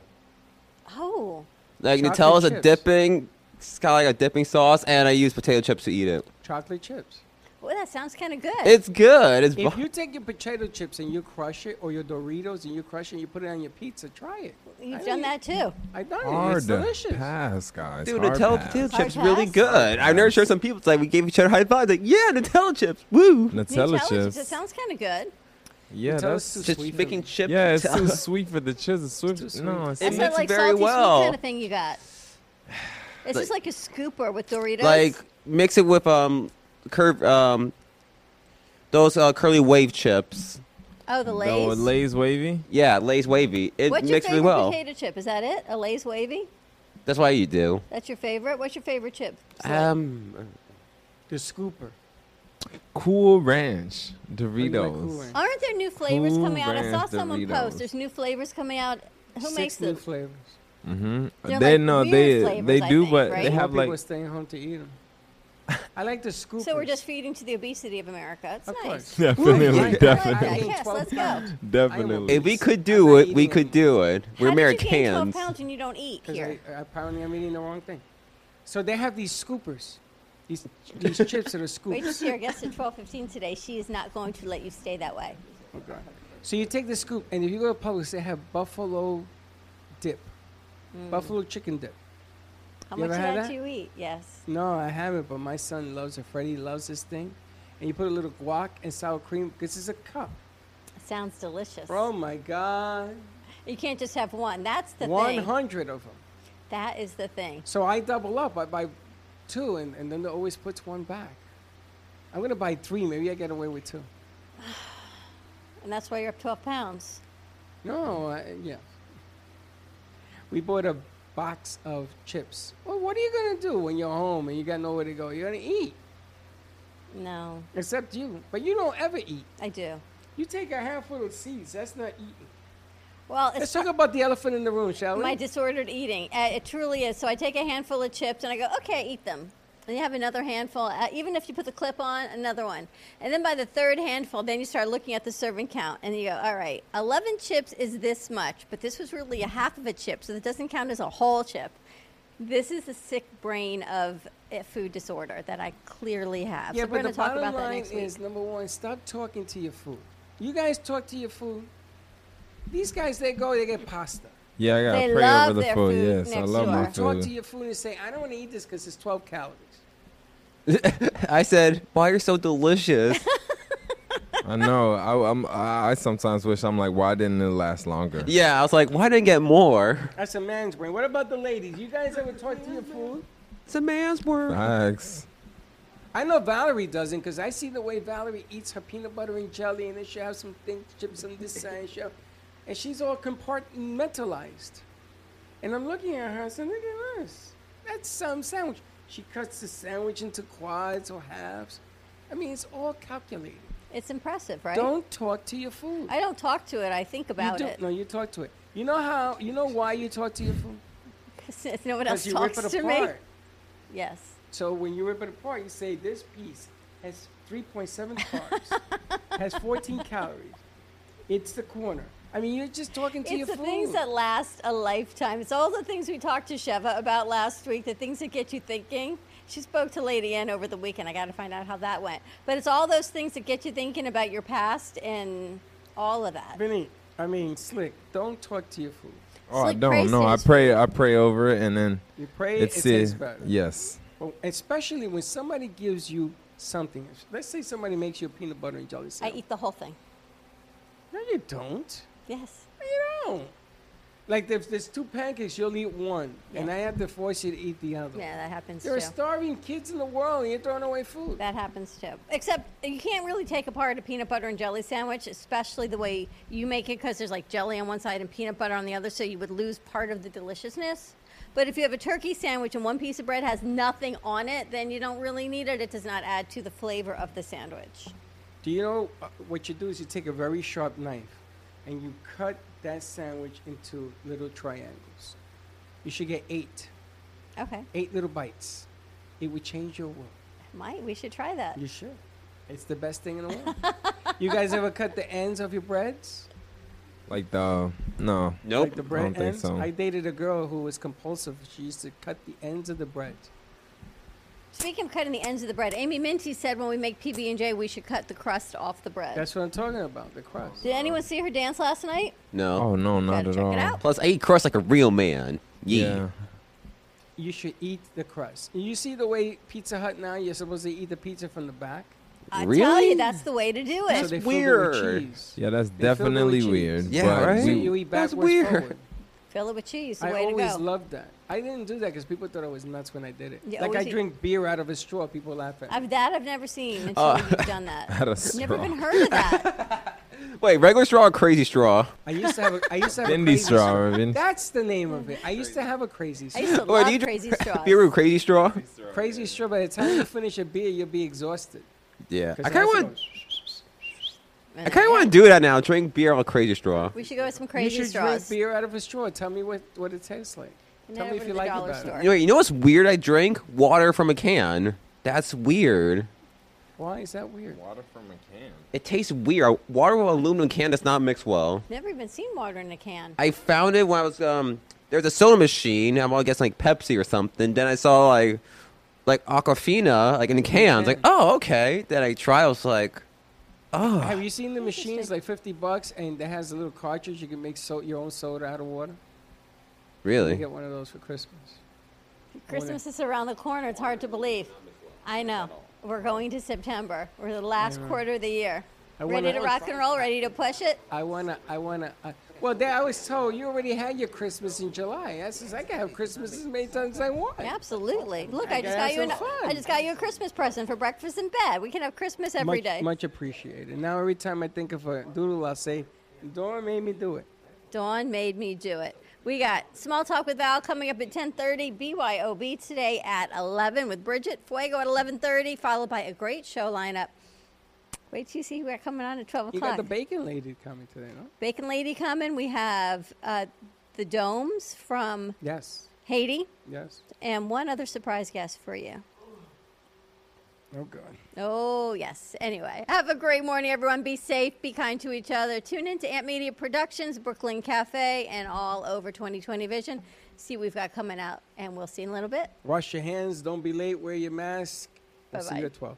Speaker 2: Oh,
Speaker 8: Like
Speaker 1: Chocolate
Speaker 8: Nutella's a
Speaker 1: chips.
Speaker 8: dipping, it's kind of like a dipping sauce, and I use potato chips to eat it.
Speaker 1: Chocolate chips.
Speaker 2: well, that sounds kind of good.
Speaker 8: It's good. It's
Speaker 1: If
Speaker 8: bu-
Speaker 1: you take your potato chips and you crush it, or your Doritos and you crush it and you put it on your pizza, try it.
Speaker 2: You've
Speaker 1: I
Speaker 2: done
Speaker 1: mean,
Speaker 2: that too.
Speaker 1: I've done it.
Speaker 3: Hard
Speaker 1: It's delicious.
Speaker 3: pass, guys.
Speaker 8: dude.
Speaker 3: Hard
Speaker 8: Nutella
Speaker 3: pass.
Speaker 8: potato chips
Speaker 2: Hard
Speaker 8: really
Speaker 2: pass?
Speaker 8: good. I've never shared some people. It's like we gave each other high fives. Like yeah, Nutella chips. Woo.
Speaker 3: Nutella chips.
Speaker 2: It sounds kind of good.
Speaker 3: yeah,
Speaker 1: Nutella's
Speaker 3: that's
Speaker 1: too
Speaker 8: Just
Speaker 1: sweet for
Speaker 8: making
Speaker 1: me.
Speaker 8: chips.
Speaker 3: yeah. It's too sweet for the chips. It's sweet.
Speaker 1: too
Speaker 3: No,
Speaker 1: sweet.
Speaker 3: it's
Speaker 8: It
Speaker 2: That's
Speaker 3: sweet.
Speaker 2: not
Speaker 8: mixed
Speaker 2: like
Speaker 8: very
Speaker 2: salty
Speaker 8: well.
Speaker 2: sweet kind of thing you got. It's just like a scooper with Doritos.
Speaker 8: like mix it with um curve um those uh, curly wave chips.
Speaker 2: oh, the
Speaker 3: No,
Speaker 2: Lay's.
Speaker 3: Lay's wavy.
Speaker 8: Yeah, Lay's wavy. It
Speaker 2: What's your
Speaker 8: mixed
Speaker 2: favorite
Speaker 8: really well.
Speaker 2: potato chip? Is that it? A Lay's wavy?
Speaker 8: That's why you do.
Speaker 2: That's your favorite. What's your favorite chip?
Speaker 8: Um,
Speaker 1: The scooper.
Speaker 3: Cool Ranch
Speaker 1: you like
Speaker 3: Doritos.
Speaker 1: Cool Ranch?
Speaker 2: Aren't there new flavors
Speaker 3: Cool
Speaker 2: coming out? I saw
Speaker 3: Ranch
Speaker 2: someone post.
Speaker 3: Doritos.
Speaker 2: There's new flavors coming out. Who
Speaker 1: Six
Speaker 2: makes
Speaker 1: new
Speaker 2: them?
Speaker 1: flavors.
Speaker 3: hmm
Speaker 2: They're
Speaker 3: They
Speaker 2: like
Speaker 3: no,
Speaker 2: weird
Speaker 3: they
Speaker 2: flavors,
Speaker 3: they
Speaker 2: I
Speaker 3: do,
Speaker 2: think,
Speaker 3: but
Speaker 2: right?
Speaker 3: they
Speaker 1: More
Speaker 3: have
Speaker 1: people
Speaker 3: like
Speaker 1: staying home to eat them. I like the scooper.
Speaker 2: So we're just feeding to the obesity of America. It's
Speaker 1: Of
Speaker 2: nice.
Speaker 1: course.
Speaker 3: definitely,
Speaker 1: Right.
Speaker 3: definitely,
Speaker 1: Right.
Speaker 2: Yes, let's go.
Speaker 3: definitely.
Speaker 8: if we could
Speaker 1: I'm
Speaker 8: do
Speaker 1: not
Speaker 8: it, we
Speaker 1: eating
Speaker 8: could do it. We're
Speaker 2: How
Speaker 8: Americans.
Speaker 2: Did you gain 12 pounds and you don't eat
Speaker 1: Because
Speaker 2: here.
Speaker 1: uh, apparently I'm eating the wrong thing. So they have these scoopers. These, these chips that are
Speaker 2: Wait to
Speaker 1: scoopers.
Speaker 2: see our guest at 12:15 today. She is not going to let you stay that way.
Speaker 1: Oh, God. So you take the scoop, and if you go to Publix, they have buffalo dip,
Speaker 2: Mm.
Speaker 1: buffalo chicken dip.
Speaker 2: How
Speaker 1: You
Speaker 2: much
Speaker 1: ever
Speaker 2: of
Speaker 1: had
Speaker 2: that
Speaker 1: that?
Speaker 2: do you eat? Yes.
Speaker 1: No, I haven't, but my son loves it. Freddie loves this thing. And you put a little guac and sour cream. This is a cup.
Speaker 2: Sounds delicious.
Speaker 1: Oh my God.
Speaker 2: You can't just have one. That's the thing.
Speaker 1: 100 of them.
Speaker 2: That is the thing.
Speaker 1: So I double up. I buy two, and, and then they always puts one back. I'm going to buy three. Maybe I get away with two.
Speaker 2: And that's why you're up 12 pounds.
Speaker 1: No, I, yeah. We bought a box of chips. Well, what are you going to do when you're home and you got nowhere to go? You're going to eat,
Speaker 2: No,
Speaker 1: except you. But you don't ever eat.
Speaker 2: I do.
Speaker 1: You take a handful of seeds. That's not eating.
Speaker 2: Well,
Speaker 1: Let's
Speaker 2: it's
Speaker 1: talk about the elephant in the room, shall we?
Speaker 2: my disordered eating. Uh, it truly is. So I take a handful of chips and I go, okay, eat them. And you have another handful. Uh, even if you put the clip on, another one. And then by the third handful, then you start looking at the serving count and you go, all right, 11 chips is this much, but this was really a half of a chip, so it doesn't count as a whole chip. This is the sick brain of uh, food disorder that I clearly have.
Speaker 1: yeah,
Speaker 2: so we're going
Speaker 1: but the
Speaker 2: to talk
Speaker 1: bottom
Speaker 2: about that
Speaker 1: line
Speaker 2: next week.
Speaker 1: is number one, stop talking to your food. You guys talk to your food. These guys, they go, they get pasta.
Speaker 3: Yeah, I gotta
Speaker 2: They
Speaker 3: pray
Speaker 2: love
Speaker 3: over the
Speaker 2: their
Speaker 3: food.
Speaker 2: food
Speaker 3: Yes, I
Speaker 2: next
Speaker 3: love my
Speaker 2: door.
Speaker 1: Talk to
Speaker 3: food.
Speaker 1: your food and say, I don't want to eat this because it's 12 calories.
Speaker 8: I said, "Why you're so delicious?"
Speaker 3: I know. I, I'm. I I sometimes wish I'm like, why didn't it last longer?
Speaker 8: yeah, I was like, "Why didn't I get more?"
Speaker 1: That's a man's brain. What about the ladies? You guys ever talk to your food?
Speaker 8: It's a man's word.
Speaker 3: Facts.
Speaker 1: I know Valerie doesn't because I see the way Valerie eats her peanut butter and jelly, and then she'll have some thin chips on this side, and, she'll, and she's all compartmentalized. And I'm looking at her and saying, Look at this. That's some sandwich. She cuts the sandwich into quads or halves. I mean, it's all calculated.
Speaker 2: It's impressive, right?
Speaker 1: Don't talk to your food.
Speaker 2: I don't talk to it. I think about
Speaker 1: you
Speaker 2: it.
Speaker 1: No, you talk to it. You know how? You know why you talk to your food?
Speaker 2: Since no one else
Speaker 1: Because you rip
Speaker 2: talks
Speaker 1: it
Speaker 2: to me.
Speaker 1: apart.
Speaker 2: Yes.
Speaker 1: So when you rip it apart, you say this piece has 3.7 carbs, has 14 calories. It's the corner. I mean, you're just talking to
Speaker 2: It's
Speaker 1: your
Speaker 2: the
Speaker 1: food.
Speaker 2: things that last a lifetime. It's all the things we talked to Sheva about last week, the things that get you thinking. She spoke to Lady Ann over the weekend. I got to find out how that went. But it's all those things that get you thinking about your past and all of that.
Speaker 1: Vinny, I mean, slick. Don't talk to your food.
Speaker 3: Oh, I
Speaker 2: Slick
Speaker 3: don't. No, I
Speaker 2: braces.
Speaker 3: pray. I pray over it, and then
Speaker 1: You pray,
Speaker 3: it's
Speaker 1: it
Speaker 3: it.
Speaker 1: tastes better.
Speaker 3: Yes.
Speaker 1: Well, especially when somebody gives you something. Let's say somebody makes you a peanut butter and jelly
Speaker 2: I
Speaker 1: sandwich.
Speaker 2: eat the whole thing.
Speaker 1: No, you don't.
Speaker 2: Yes.
Speaker 1: You don't. Like if there's two pancakes, you'll eat one, and
Speaker 2: Yeah.
Speaker 1: I have to force you to eat the other.
Speaker 2: Yeah, that happens
Speaker 1: There are
Speaker 2: too.
Speaker 1: starving kids in the world, and you're throwing away food.
Speaker 2: That happens too. Except you can't really take apart a peanut butter and jelly sandwich, especially the way you make it, because there's like jelly on one side and peanut butter on the other, so you would lose part of the deliciousness. But if you have a turkey sandwich and one piece of bread has nothing on it, then you don't really need it. It does not add to the flavor of the sandwich.
Speaker 1: Do you know uh, what you do is you take a very sharp knife and you cut that sandwich into little triangles. You should get eight,
Speaker 2: Okay,
Speaker 1: eight little bites. It would change your world.
Speaker 2: might we should try that.
Speaker 1: You should. It's the best thing in the world. you guys ever cut the ends of your breads?
Speaker 3: Like the no.
Speaker 8: Nope.
Speaker 1: Like the bread
Speaker 3: don't think
Speaker 1: ends?
Speaker 3: so.
Speaker 1: I dated a girl who was compulsive. She used to cut the ends of the bread.
Speaker 2: Speaking of cutting the ends of the bread, Amy Minty said when we make PB and J, we should cut the crust off the bread.
Speaker 1: That's what I'm talking about, the crust.
Speaker 2: Did anyone see her dance last night?
Speaker 8: no.
Speaker 3: Oh no, not
Speaker 2: Gotta
Speaker 3: at
Speaker 2: check
Speaker 3: all.
Speaker 2: it out.
Speaker 8: Plus, I eat crust like a real man. Yeah.
Speaker 3: Yeah.
Speaker 1: You should eat the crust. You see the way Pizza Hut now, you're supposed to eat the pizza from the back?
Speaker 2: I tell
Speaker 8: Really?
Speaker 2: you, that's the way to do it.
Speaker 1: so they filled it with
Speaker 8: weird.
Speaker 1: cheese.
Speaker 3: Yeah, that's
Speaker 1: They filled it with
Speaker 3: definitely
Speaker 1: cheese.
Speaker 3: weird.
Speaker 8: Yeah,
Speaker 3: but
Speaker 8: right?
Speaker 1: So
Speaker 3: we-
Speaker 1: you eat
Speaker 8: That's
Speaker 1: backwards
Speaker 8: weird.
Speaker 1: forward.
Speaker 2: Fill it with cheese. The
Speaker 1: I
Speaker 2: way to
Speaker 1: always
Speaker 2: go.
Speaker 1: loved that. I didn't do that because people thought I was nuts when I did it.
Speaker 2: You
Speaker 1: like I
Speaker 2: always eat-
Speaker 1: drink beer out of a straw. People laugh at me.
Speaker 2: I've, that I've never seen until
Speaker 8: Uh,
Speaker 2: you've done that.
Speaker 3: Had a
Speaker 2: Never
Speaker 3: straw.
Speaker 2: been heard of that.
Speaker 8: Wait, regular straw or crazy straw?
Speaker 1: I used to have. A, I used to have. a
Speaker 3: Bindi
Speaker 1: crazy
Speaker 3: straw,
Speaker 1: straw.
Speaker 3: Irvin.
Speaker 1: That's the name of it. I used to have a crazy
Speaker 2: I
Speaker 1: straw.
Speaker 2: used to
Speaker 8: Wait,
Speaker 2: love
Speaker 8: do you
Speaker 2: crazy
Speaker 8: drink
Speaker 2: straws.
Speaker 8: beer with crazy straw?
Speaker 1: Crazy straw. By the time you finish a beer, you'll be exhausted.
Speaker 8: Yeah.
Speaker 1: 'Cause
Speaker 8: I
Speaker 1: it
Speaker 8: kind of
Speaker 1: has to
Speaker 8: want.
Speaker 1: go-
Speaker 8: I kind of want to do that now. Drink beer on crazy straw.
Speaker 2: We should go with some
Speaker 1: You
Speaker 2: crazy
Speaker 1: should drink
Speaker 2: straws.
Speaker 1: beer out of a straw. Tell me what, what it tastes like.
Speaker 2: And
Speaker 1: Tell
Speaker 2: then
Speaker 1: me
Speaker 2: over
Speaker 1: if
Speaker 2: to
Speaker 1: you
Speaker 2: the
Speaker 1: like
Speaker 2: dollar
Speaker 1: it
Speaker 2: store.
Speaker 1: better.
Speaker 8: You know, you know what's weird? I drink water from a can. That's weird.
Speaker 1: Why is that weird?
Speaker 3: Water from a can.
Speaker 8: It tastes weird. Water with aluminum can does not mix well.
Speaker 2: Never even seen water in a can.
Speaker 8: I found it when I was um. There's a soda machine. I'm all guessing like Pepsi or something. Then I saw like, like Aquafina like in the cans. Like, oh okay. Then I tried. I was like,
Speaker 1: Have you seen the machines
Speaker 2: Interesting.
Speaker 1: like fifty bucks and that has a little cartridge? You can make so- your own soda out of water. I
Speaker 8: really?
Speaker 1: get one of those for Christmas.
Speaker 2: Christmas is around the corner. It's hard to believe. I know. We're going to September. We're the last quarter of the year.
Speaker 1: I
Speaker 2: ready
Speaker 1: wanna-
Speaker 2: to rock and roll? Ready to push it?
Speaker 1: I wanna, I wanna. I, well, they, I was told you already had your Christmas in July. I says I can have Christmas as many times as I want.
Speaker 2: Absolutely. Look, I just
Speaker 1: gotta
Speaker 2: got
Speaker 1: have
Speaker 2: you an,
Speaker 1: some fun.
Speaker 2: I just got you a Christmas present for breakfast in bed. We can have Christmas every
Speaker 1: much,
Speaker 2: day.
Speaker 1: much appreciated. Now every time I think of a doodle, I'll say, "Dora made me do it."
Speaker 2: Dawn made me do it. We got Small Talk with Val coming up at 10:30, BYOB today at 11 with Bridget Fuego at 11:30, followed by a great show lineup. Wait till you see we're coming on at 12
Speaker 1: You
Speaker 2: o'clock.
Speaker 1: got the bacon lady coming today, no?
Speaker 2: Bacon Lady coming. We have uh, the Domes from
Speaker 1: Yes,
Speaker 2: Haiti,
Speaker 1: yes.
Speaker 2: and one other surprise guest for you.
Speaker 1: Oh God.
Speaker 2: Oh, yes. Anyway, have a great morning, everyone. Be safe, be kind to each other. Tune in to Ant Media Productions, Brooklyn Cafe, and all over 2020 Vision. See what we've got coming out, and we'll see you in a little bit.
Speaker 1: Wash your hands. Don't be late. Wear your mask. We'll see
Speaker 2: Bye-bye.
Speaker 1: you at twelve.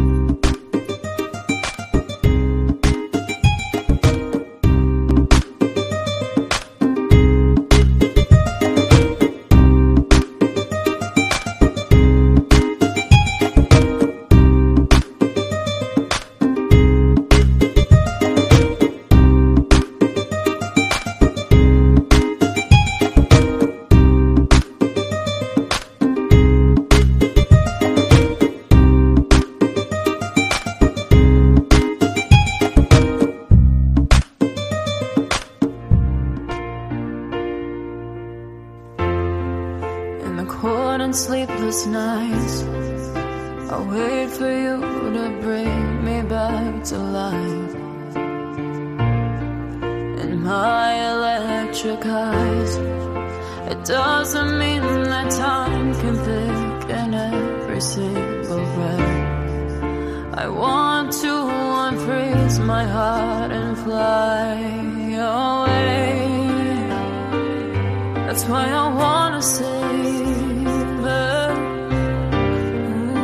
Speaker 9: In the cold and sleepless nights, I wait for you to bring me back to life. In my electric eyes, it doesn't mean that time can pick in every single breath. I want to unfreeze my heart and fly away. That's why I wanna savor Ooh, Mm,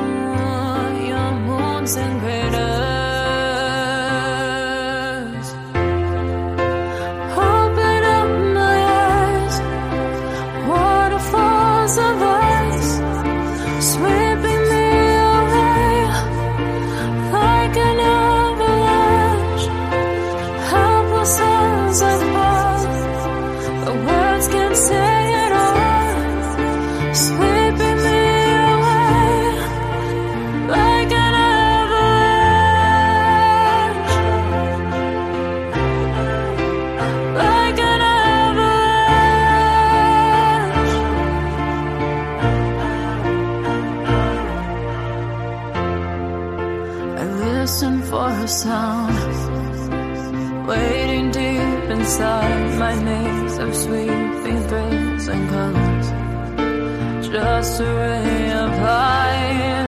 Speaker 9: your moons and craters. Open up my eyes, waterfalls of ice, sweeping me away like an avalanche. Helpless as I fall. The words can't say it all, sweeping me away like an avalanche, like an avalanche. I listen for a sound waiting deep inside my maze of sweeping thrills and colors. Just a ray of light.